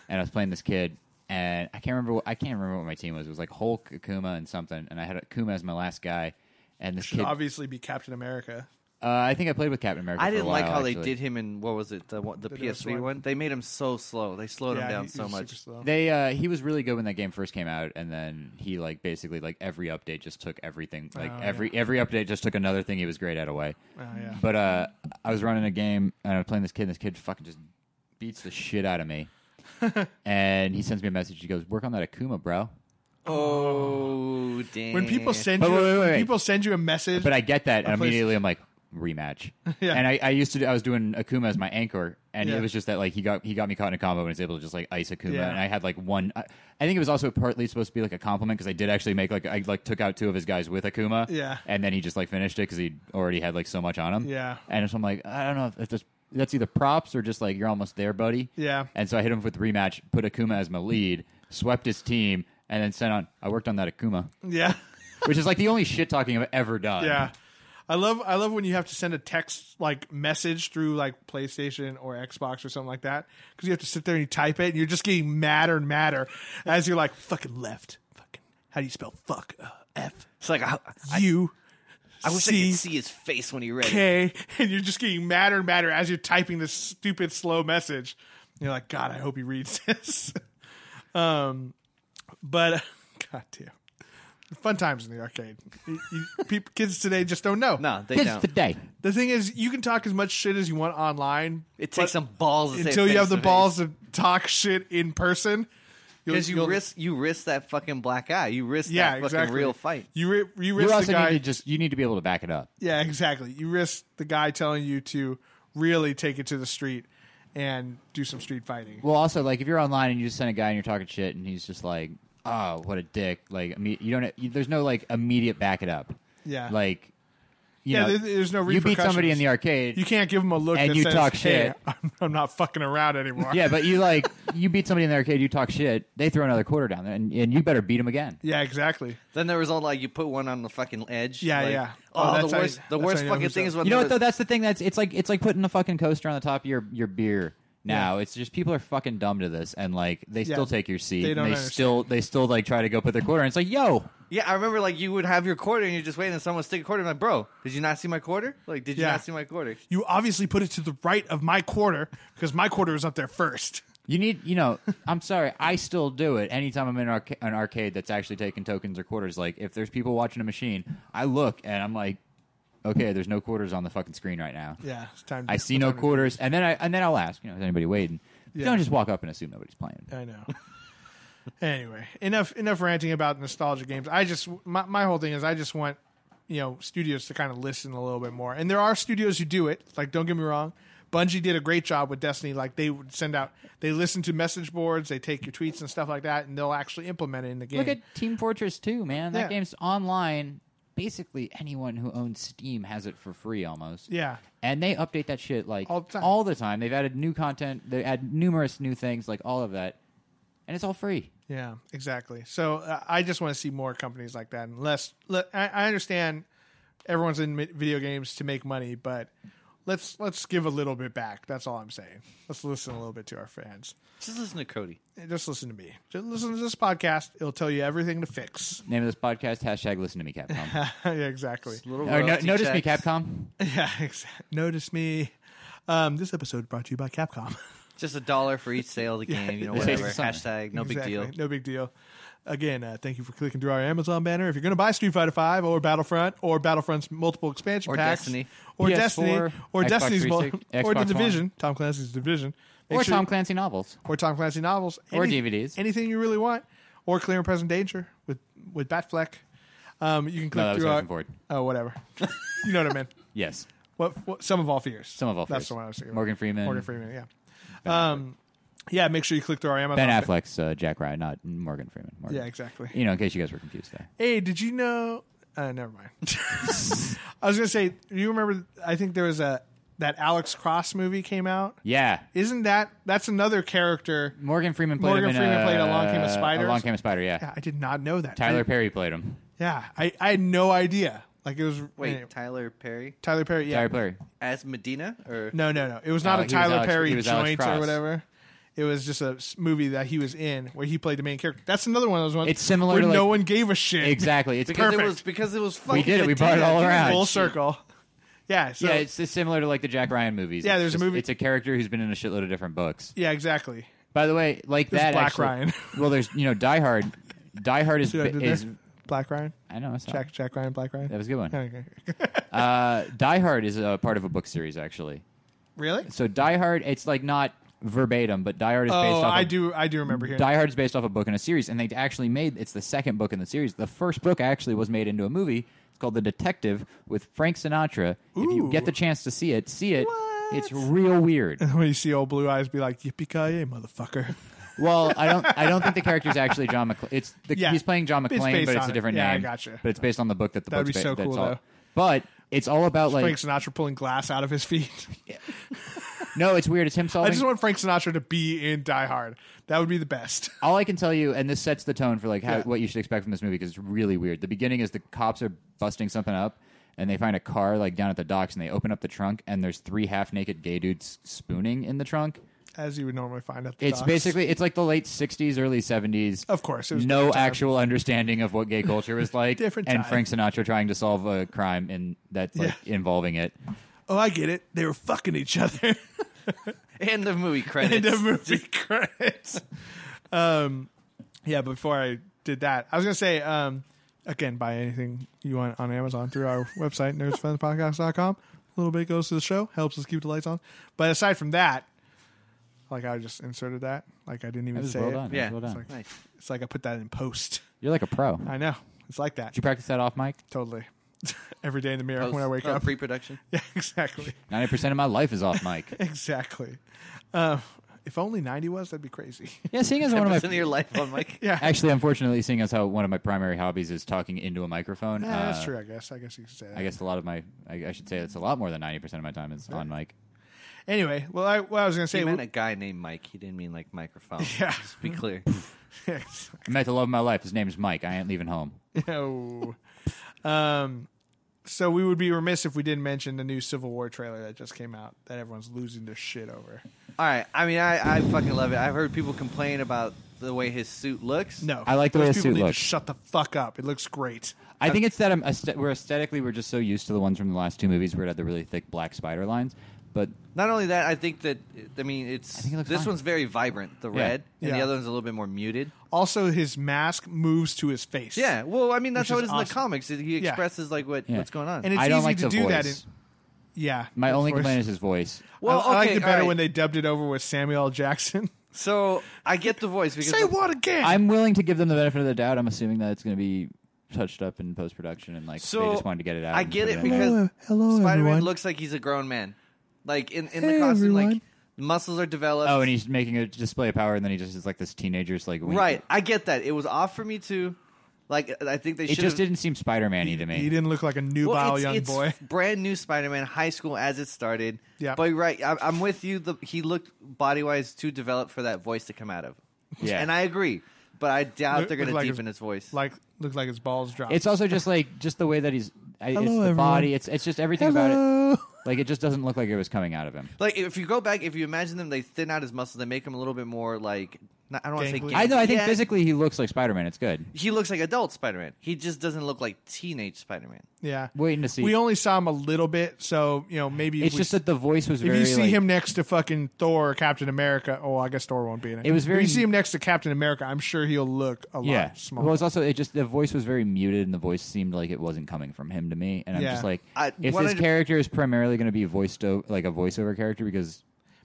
and I was playing this kid, and I can't remember. What, I can't remember what my team was. It was like Hulk, Akuma, and something. And I had Akuma as my last guy, and this
Should
kid. Uh,
obviously be Captain America.
I think I played with Captain America. for
I
a
didn't like
while,
how they
actually.
did him in what was it the one, the, PS3
one.
one. They made him so slow. They slowed
yeah,
him down
he-
so
he's
much.
super slow.
They uh, he was really good when that game first came out, and then he like basically like every update just took everything like
Oh,
every every update just took another thing he was great at away.
Oh, yeah.
But uh, I was running a game and I was playing this kid. and This kid fucking just beats the shit out of me, and he sends me a message. He goes, "Work on that Akuma, bro."
Oh damn!
When people send
But
you,
wait, wait,
when
wait.
people send you a message.
But I get that, and
place-
immediately I'm like rematch.
Yeah.
And I, I used to do, I was doing Akuma as my anchor, and
Yeah.
it was just that like he got he got me caught in a combo and was able to just like ice Akuma,
Yeah.
and I had like one. I, I think it was also partly supposed to be like a compliment because I did actually make like I like took out two of his guys with Akuma.
Yeah.
And then he just like finished it because he already had like so much on him.
Yeah.
And so I'm like I don't know if that's that's either props or just like you're almost there, buddy.
Yeah.
And so I hit him with rematch, put Akuma as my lead, swept his team, and then sent on. I worked on that Akuma.
yeah,
Which is like the only shit talking I've ever done.
yeah. I love I love when you have to send a text like message through like PlayStation or Xbox or something like that because you have to sit there and you type it and you're just getting madder and madder as you're like fucking left fucking how do you spell fuck uh, F
it's like I, I,
U
I wish I
C
could see his face when he read it.
okay and you're just getting madder and madder as you're typing this stupid slow message you're like god i hope he reads this um but god damn fun times in the arcade You- you- peop kids today just don't know
No, they
Kids
don't.
today.
the thing is you can talk as much shit as you want online
It takes some balls to say
until you have the
face-to-face.
balls to talk shit in person You'll-
because you
you'll-
risk you risk that fucking black eye. You risk
yeah
that fucking
exactly
real fight.
you, ri- you risk
You also
the guy
need to just you need to be able to back it up.
Yeah, exactly. You risk the guy telling you to really take it to the street and do some street fighting.
Well, also like if you're online and you just send a guy and you're talking shit and he's just like, "Oh, what a dick!" Like I mean, you don't. You, there's no like immediate back it up.
Yeah.
Like, you
Yeah,
know,
there- there's no
You beat somebody
repercussions.
in the arcade.
You can't give him a look
And
that
you
says,
talk
"Hey,
shit."
I'm, I'm not fucking around anymore.
yeah, but you like you beat somebody in the arcade. You talk shit. They throw another quarter down there, and, and you better beat them again.
yeah, exactly.
Then there was all like you put one on the fucking edge.
Yeah,
like,
yeah. Oh,
Oh,
that's
the
how you-
worst. the
that's how
worst
you know
fucking
who's
thing
up.
is when
You know
there
what though?
was-
That's the thing. That's it's like it's like putting a fucking coaster on the top of your your beer. Now it's just people are fucking dumb to this, and like they
Yeah.
still take your seat.
They
and
don't
they
understand.
still they still like try to go put their quarter. in. It's like, yo,
Yeah, I remember like you would have your quarter and you're just waiting and someone would stick a quarter. I'm like, bro, did you not see my quarter? Like, did you
Yeah.
not see my quarter?
You obviously put it to the right of my quarter because my quarter was up there first.
You need, you know, I'm sorry, I still do it anytime I'm in arca- an arcade that's actually taking tokens or quarters. Like, if there's people watching a machine, I look and I'm like, okay, there's no quarters on the fucking screen right now.
Yeah, it's time. To
I see no
quarter.
quarters, and then I and then I'll ask, you know, is anybody waiting? You
Yeah.
Don't just walk up and assume nobody's playing.
I know. anyway, enough enough ranting about nostalgia games. I just my my whole thing is I just want you know studios to kind of listen a little bit more. And there are studios who do it. Like don't get me wrong, Bungie did a great job with Destiny. Like they would send out they listen to message boards, they take your tweets and stuff like that, and they'll actually implement it in the game.
Look at Team Fortress 2, man. That
Yeah.
game's online. Basically, anyone who owns Steam has it for free almost.
yeah,
and they update that shit like
All the time.
the time. They've added new content. They add numerous new things, like all of that, and it's all free.
yeah, exactly. So uh, I just want to see more companies like that. And less, let, I, I understand everyone's in mi- video games to make money, but. Let's let's give a little bit back. That's all I'm saying. Let's listen a little bit to our fans.
Just listen to Cody.
just listen to me. Just listen to this podcast. It'll tell you everything to fix.
Name of this podcast: hashtag Listen to Me Capcom.
yeah, exactly.
Little
or no,
royalty
notice me
checks.
Capcom.
Yeah, exactly. Notice me. Um, this episode brought to you by Capcom.
Just a dollar for each sale of the game, you know,
Yeah.
whatever.
Saves us
Hashtag, no big deal.
No big deal. Again, uh, thank you for clicking through our Amazon banner. If you're going to buy Street Fighter Five or Battlefront or Battlefront's multiple expansion
Or
packs,
Destiny.
or
PS4,
Destiny, or
Xbox
Destiny's mul-
360,
or the
Xbox One.
Division, Tom Clancy's Division, Make
or
sure-
Tom Clancy novels.
or Tom Clancy novels,
Or DVDs.
anything you really want, or Clear and Present Danger with with Batfleck. Um, you can click
No, that was
through our
Harrison Ford.
oh whatever, you know what I mean.
Yes,
What, what some of all fears,
some of all.
that's
first.
the one I was thinking. about.
Morgan Freeman,
Morgan Freeman, yeah. Um, yeah, make sure you click through our Amazon.
Ben Affleck's uh, Jack Ryan, not Morgan Freeman. Morgan.
Yeah, exactly.
You know, in case you guys were confused there.
Hey, did you know? Uh, never mind. I was gonna say, you remember? I think there was a that Alex Cross movie came out.
Yeah,
Isn't that that's another character?
Morgan Freeman played
Morgan
him. in,
Freeman
uh,
played Along Came a Spider.
Along Came a Spider. Yeah.
Yeah, I did not know that.
Tyler
I-
Perry played him.
yeah, I, I had no idea. Like it was
Wait,
anyway,
Tyler Perry
Tyler Perry. Yeah,
Tyler Perry.
as Medina? Or
no, no, no. It was not
No,
a
he was
Tyler
Alex-
Perry
he was Alex
joint or
Cross.
whatever. It was just a s- movie that he was in where he played the main character. That's another one of those ones.
It's similar
Where
to,
no
like-
one gave a shit.
Exactly. It's
because
perfect.
it was because it was fucking
We did it. We brought it
Medina,
all
dude.
around.
Full circle. Yeah. So,
yeah, it's it's similar to like the Jack Ryan movies.
Yeah,
It's
there's a
just-
movie-
It's a character who's been in a shitload of different books.
yeah. Exactly.
By the way, like
There's
that.
Black
actually-
Ryan.
well, there's you know Die Hard. Die Hard is
See what I did
is
there? Black Ryan.
I know it's not-
Jack, Jack Ryan, Black Ryan.
that was a good one.
Okay.
Uh, Die Hard is a part of a book series actually.
Really?
So Die Hard, it's like not verbatim, but Die Hard is based
Oh,
off.
I
a-
do. I do remember here.
Die Hard's based off a book and a series, and they actually made it's the second book in the series. The first book actually was made into a movie. It's called The Detective with Frank Sinatra. If you
Ooh.
get the chance to see it, see it. It's real weird.
when you see old blue eyes, be like, "Yippee ki motherfucker!"
Well, I don't. I don't think the character's actually John McClane. It's the,
Yeah.
he's playing John
It's
McClane,
based
but
on
it's a
it.
different
Yeah, I
name.
gotcha.
But it's based on the book that the
That'd
book's
be so
ba- that's
cool,
all-
though.
But it's all about like
Frank Sinatra pulling glass out of his feet.
no, it's weird. It's him
I
solving.
just want Frank Sinatra to be in Die Hard. That would be the best.
all I can tell you, and this sets the tone for like how,
Yeah.
what you should expect from this movie because it's really weird. The beginning is the cops are busting something up, and they find a car like down at the docks, and they open up the trunk, and there's three half naked gay dudes spooning in the trunk.
As you would normally find at the
It's
docks.
basically it's like the late '60s, early '70s.
Of course, it was
no
different time.
actual understanding of what gay culture was like,
Different
and
time.
Frank Sinatra trying to solve a crime and that's like
Yeah.
involving it.
Oh, I get it. They were fucking each other
And the movie credits.
in the movie credits. Um, yeah. Before I did that, I was gonna say, um, again, buy anything you want on Amazon through our website, nerdsfunpodcast.com. A little bit goes to the show, helps us keep the lights on. But aside from that, like I just inserted that, like I didn't
That
even
was
say
well
it.
done. That
Yeah.
was well done.
It's like-
Nice.
It's like I put that in post.
You're like a pro. Did
I know. It's like that.
you practice that off, Mike?
Totally. Every day in the mirror when I
Post-
wake
oh,
up.
pre-production.
yeah, exactly.
Ninety percent of my life is off, Mike.
Exactly. Uh, if only 90 was, that'd be crazy.
yeah, seeing as one
One
of
of
my
your life on Mike.
yeah.
Actually, unfortunately, seeing as how one of my primary hobbies is talking into a microphone,
Yeah,
uh,
that's true, I guess. I guess you could say that.
I guess a lot of my, I, I should say it's a lot more than 90% of my time is on mic.
Anyway, well, I, what I was going to
He
say.
meant a guy named Mike. He didn't mean like microphone.
Yeah.
Just be clear.
I met the love of my life. His name is Mike. I ain't leaving home.
no. Um, so we would be remiss if we didn't mention the new Civil War trailer that just came out that everyone's losing their shit over.
All right. I mean, I, I fucking love it. I've heard people complain about the way his suit looks.
No.
I like the way
Those
his
people
suit
need
looks.
To shut the fuck up. It looks great.
I think it's that I'm aste- we're aesthetically, we're just so used to the ones from the last two movies where it had the really thick black spider lines. But
Not only that, I think that I mean it's
think it looks
this
fine.
one's very vibrant, the
Yeah.
red, and the
Yeah.
other one's a little bit more muted.
Also, his mask moves to his face.
Yeah. Well, I mean that's
Which
how
is
it is in the
awesome.
comics. He
Yeah.
expresses like what
Yeah.
what's going on.
And it's
I don't
easy
like
to
the
do
voice.
that. In, yeah.
my
of
only
course.
complaint is his voice.
well,
I, I liked
okay,
it better
all right.
when they dubbed it over with Samuel L. Jackson.
So I get the voice because
Say what again?
I'm willing to give them the benefit of the doubt. I'm assuming that it's going to be touched up in post production and like
So
they just wanted to get it out.
I
and
get
put
it
in.
because
hello,
Spider Man
everyone.
looks like he's a grown man, like in in
Hey,
the costume, like
everyone.
muscles are developed.
oh, and he's making a display of power, and then he just is like this teenager's like wink-
right. I get that. It was off for me too. Like I think they
It
should
just didn't seem Spider Man y to me.
He didn't look like a nubile
Well, it's,
young
it's
boy.
brand new Spider-Man, high school as it started.
Yeah.
but you're right, I, I'm with you. The, he looked body-wise too developed for that voice to come out of.
Yeah.
and I agree, but I doubt
Look-
they're going
look
to
like
deepen
his-
his voice.
Like looked like his balls dropped.
It's also just like just the way that he's. I, it's the
Hello, everyone.
body. It's it's just everything about it. Like it just doesn't look like it was coming out of him.
Like if you go back, if you imagine them, they thin out his muscles, they make him a little bit more like Not, I don't want to say
Gangly.
gangly.
I know. I think
Yeah,
physically he looks like Spider Man. It's good.
he looks like adult Spider-Man. He just doesn't look like teenage Spider-Man.
Yeah.
Waiting to see.
We only saw him a little bit, so you know maybe if
It's
we
just that the voice was
If
very.
you see
like-
him next to fucking Thor or Captain America, oh, I guess Thor won't be in it.
It was
If
very-
you see him next to Captain America, I'm sure he'll look a lot
yeah.
smaller.
Well, it's also it just the voice was very muted, and the voice seemed like it wasn't coming from him to me. And I'm
Yeah.
just like,
I-
if
what
this
I-
character is primarily going to be voiced o- like a voiceover character, because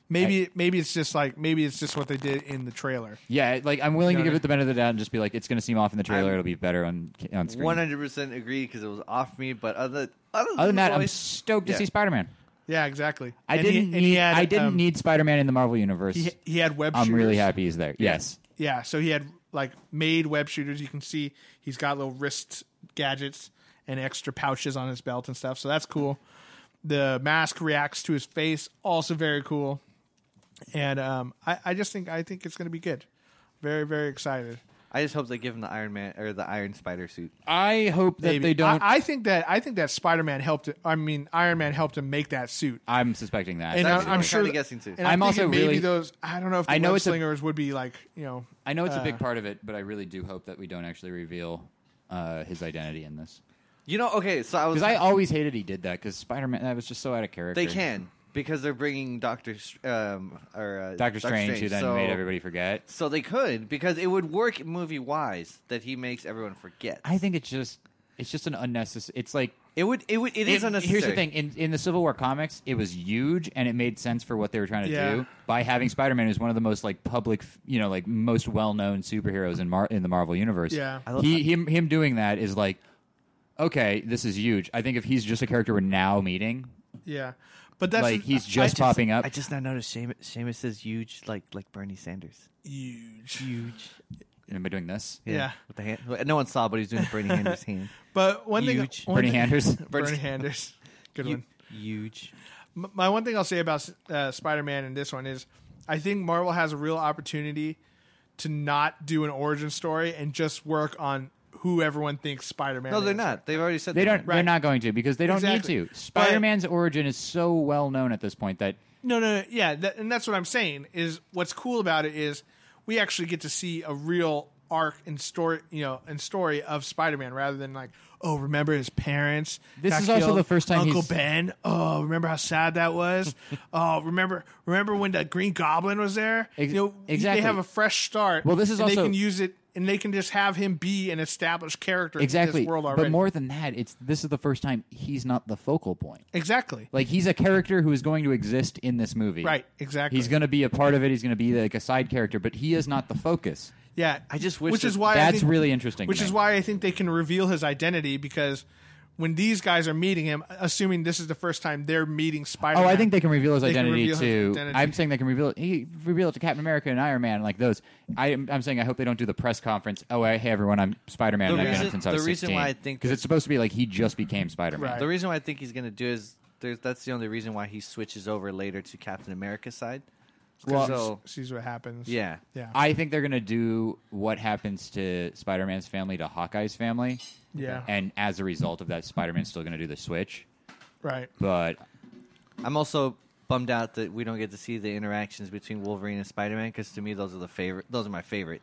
maybe maybe it's just like maybe it's just what they did in the trailer.
yeah, like I'm willing
You
to
know
give
what I-
it the benefit of the doubt and just be like, it's going to seem off in the trailer.
I'm-
it'll be better on on screen.
One hundred percent agree because it was off me. But other other
Other
than,
than
the
that, I'm
voice-
stoked to
Yeah.
see Spider Man.
Yeah, exactly.
I
And he-
didn't.
and he
need,
had,
I didn't
um,
need Spider Man in the Marvel universe.
He, he had web.
I'm really
shooters.
happy he's there. Yes.
Yeah, so he had like made web shooters. You can see he's got little wrist gadgets and extra pouches on his belt and stuff. So that's cool. The mask reacts to his face, also very cool. And um, I, I just think I think it's going to be good. Very very excited.
I just hope they give him the Iron Man or the Iron Spider suit.
I hope that
Maybe.
they don't.
I, I think that I think that Spider Man helped. I mean, Iron Man helped him make that suit.
I, am suspecting that.
And
That's
I,
what
I'm
I'm
sure
kinda guessing too.
And I'm,
I'm
thinking
also
maybe
really-
those. I don't know if the
I know
web
it's a-
slingers would be like you know.
I know it's
Uh,
a big part of it, but I really do hope that we don't actually reveal uh, his identity in this.
You know, okay. So I was
Because I always hated he did that. Because Spider Man, that was just so out of character.
They can because they're bringing Doctor Str- um or uh,
Doctor Strange, who then
so,
made everybody forget.
So they could because it would work movie wise that he makes everyone forget.
I think it's just it's just an unnecessary. It's like
it would. It would. it
it-
is unnecessary.
Here's the thing: in in the Civil War comics, it was huge, and it made sense for what they were trying to
Yeah.
do by having Spider Man, who's one of the most like public, you know, like most well known superheroes in Mar- in the Marvel universe.
Yeah. I
love
he him him doing that is like, okay, this is huge. I think if he's just a character we're now meeting,
Yeah, but that's
like he's
I
just popping up.
I just now noticed Seamus, Seamus is huge, like like Bernie Sanders.
huge.
Huge.
Am I doing this?
Yeah.
With the hand, no one saw, but he's doing Bernie Sanders hand.
But one
Huge.
thing, one
Bernie
thing-
Sanders.
Bernie Sanders, good one.
Huge.
M- My one thing I'll say about uh, Spider-Man in this one is, I think Marvel has a real opportunity to not do an origin story and just work on who everyone thinks Spider-Man.
No, they're
is.
not. They've already said
They
that.
don't. They're not going to because they don't
Exactly.
need to. Spider Man's origin is so well known at this point that
No, no, no, yeah, that, and that's what I'm saying. Is what's cool about it is we actually get to see a real arc and story, you know, and story of Spider-Man rather than like, oh, remember his parents?
This
got
is also
killed?
the first time
Uncle
he's-
Ben. Oh, remember how sad that was? oh, remember, remember when the Green Goblin was there?
Ex-
you know,
exactly.
They have a fresh start.
Well, this is
and they
also-
can use it, and they can just have him be an established character
exactly.
in this world already.
but more than that, it's this is the first time he's not the focal point.
exactly.
Like he's a character who is going to exist in this movie.
Right, exactly.
He's going to be a part of it. He's going to be like a side character, but he is not the focus.
Yeah,
I just wish
which
that-
is why I
That's
think-
really interesting to
Which
me.
is why I think they can reveal his identity because when these guys are meeting him, assuming this is the first time they're meeting Spider.
Oh, I think they can reveal his
They can
identity
reveal
to.
his identity.
I'm saying they can reveal he reveal it to Captain America and Iron Man like those. I, am I'm saying I hope they don't do the press conference. Oh, hey everyone, I'm Spider Man.
The
and I've been
reason-
it since I was
the reason
16.
why I think
because
that-
it's supposed to be like he just became Spider Man.
Right.
The reason why I think he's going to do is there's, that's the only reason why he switches over later to Captain America's side.
Well-
so
sees what happens.
yeah,
yeah,
I think they're going to do what happens to Spider Man's family to Hawkeye's family.
Yeah.
And as a result of that, Spider Man's still going to do the switch.
right.
But
I'm also bummed out that we don't get to see the interactions between Wolverine and Spider-Man because to me those are the favorite. Those are my favorite.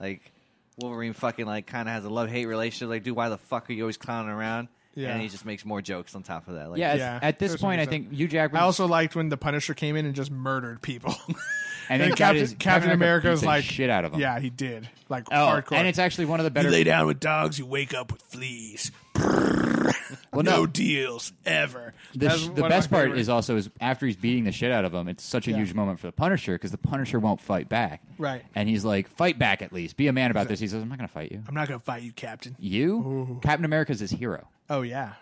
Like Wolverine fucking like kind of has a love hate relationship. Like, dude, why the fuck are you always clowning around?
Yeah.
and he just makes more jokes on top of that. Like,
yeah, at-
Yeah,
at this
there's
point, I
some
think Hugh Jackman.
I also liked when the Punisher came in and just murdered people.
and
And
then
Captain,
Captain,
Captain America
beats
was
the
like
shit out of him.
Yeah, he did like
Oh,
hardcore.
and it's actually one of the
you
better.
lay down with dogs, you wake up with fleas. no,
well, no,
deals ever.
the,
That's
sh-
one
the
of
best
my
part
favorite-
is also is after he's beating the shit out of him. It's such a
Yeah.
huge moment for the Punisher because the Punisher won't fight back.
Right.
And he's like, "Fight back at least. Be a man about this." He says, "I'm not going to fight you.
I'm not gonna fight you, Captain.
You, Captain America's his hero.
Oh yeah,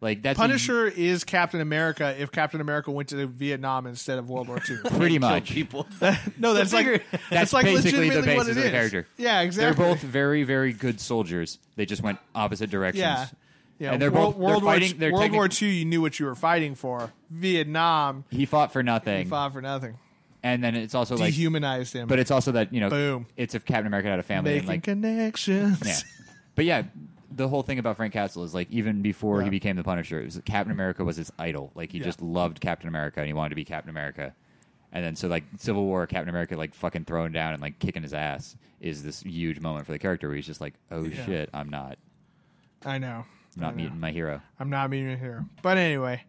Like that's a-
Punisher is Captain America if Captain America went to Vietnam instead of World War II.
pretty
kill
much.
people. Oh,
no, that's like
Figure-
that's,
That's
like
basically the
legitimately what
basis of
it
the
is.
character.
Yeah, exactly.
They're both very, very good soldiers. They just went opposite directions.
yeah. Yeah,
And they're
Wor-
both- they're
World War
fighting-
II-
they're
World
technic-
War II. You knew what you were fighting for. Vietnam,
He fought for nothing,
you fought for nothing.
and then it's also like,
Dehumanized him.
but it's also that you know,
Boom.
it's if Captain America had a family,
making
and like,
connections.
yeah. But yeah, the whole thing about Frank Castle is like even before
Yeah.
he became the Punisher, it was Captain America was his idol. Like he
Yeah.
just loved Captain America and he wanted to be Captain America. And then so like Civil War, Captain America like fucking throwing down and like kicking his ass is this huge moment for the character where he's just like, oh
Yeah. Oh,
shit, I'm not
I know.
I'm
I
not
know.
meeting my hero.
I'm not meeting a hero. But anyway,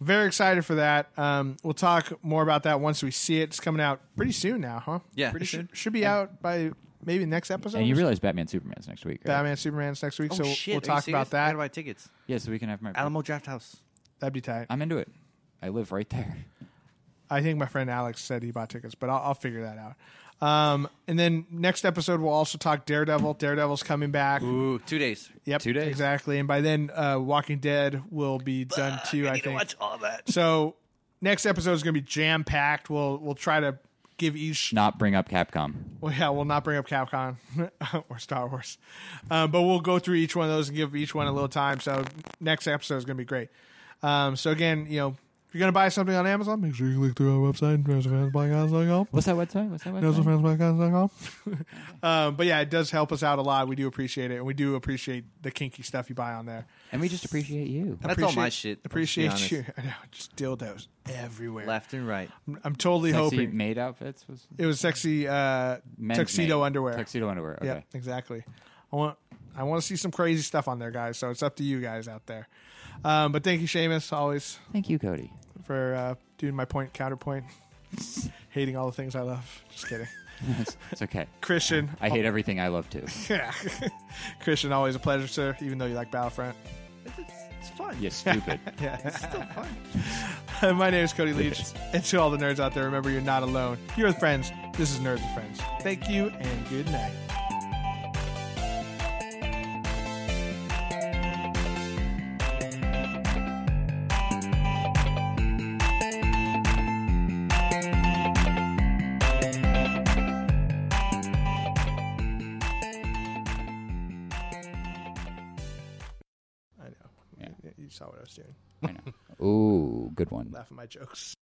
very excited for that. Um, we'll talk more about that once we see it. It's coming out pretty soon now, huh?
Yeah,
pretty
it
sure.
should.
Should be out by maybe next episode.
And you Oh,
or
realize Batman Superman's next week, right?
Batman Superman's next week, so we'll- we'll talk about
I
that.
gotta buy tickets.
Yeah, so we can have my.
Alamo Draft House.
That'd be tight.
I'm into it. I live right there.
I think my friend Alex said he bought tickets, but I'll, I'll figure that out. Um, and then next episode we'll also talk Daredevil. Daredevil's coming back.
Ooh, two days.
Yep,
Two days.
exactly. And by then, uh, Walking Dead will be done too. I,
need to
think.
watch all that.
So next episode is going to be jam packed. We'll we'll try to give each.
Not bring up Capcom.
Well, yeah, we'll not bring up Capcom or Star Wars, um, but we'll go through each one of those and give each one a little time. So next episode is going to be great. Um, so again, you know, if you're going to buy something on Amazon, make sure you click through our website, NerdSoFansPodcast.com.
What's that website? What's that website?
NerdSoFansPodcast.com. um, but yeah, it does help us out a lot. We do appreciate it, and we do appreciate the kinky stuff you buy on there.
And we just appreciate you.
That's all my shit. let's be
Appreciate
honest.
you. I know, just dildos everywhere.
Left and right.
I'm totally
Sexy
hoping
maid outfits was
it was sexy uh,
men's
tuxedo
maid.
underwear.
Tuxedo underwear. Okay.
Yeah, exactly. I want I want to see some crazy stuff on there, guys. So it's up to you guys out there. Um, but thank you, Seamus, always
Thank you, Cody.
for uh, doing my point counterpoint. Hating all the things I love. Just kidding,
it's, it's okay.
Christian.
I hate everything I love too.
yeah. Christian, always a pleasure, sir. Even though you like Battlefront.
It's, it's- it's fun.
You stupid.
It's still fun.
my name is Cody Leach, and to all the nerds out there, remember you're not alone. You're with friends. This is Nerds and Friends. Thank you, and good night. I know.
Yeah.
You- You saw what I was doing.
I know. Ooh, good one.
Laugh at my jokes.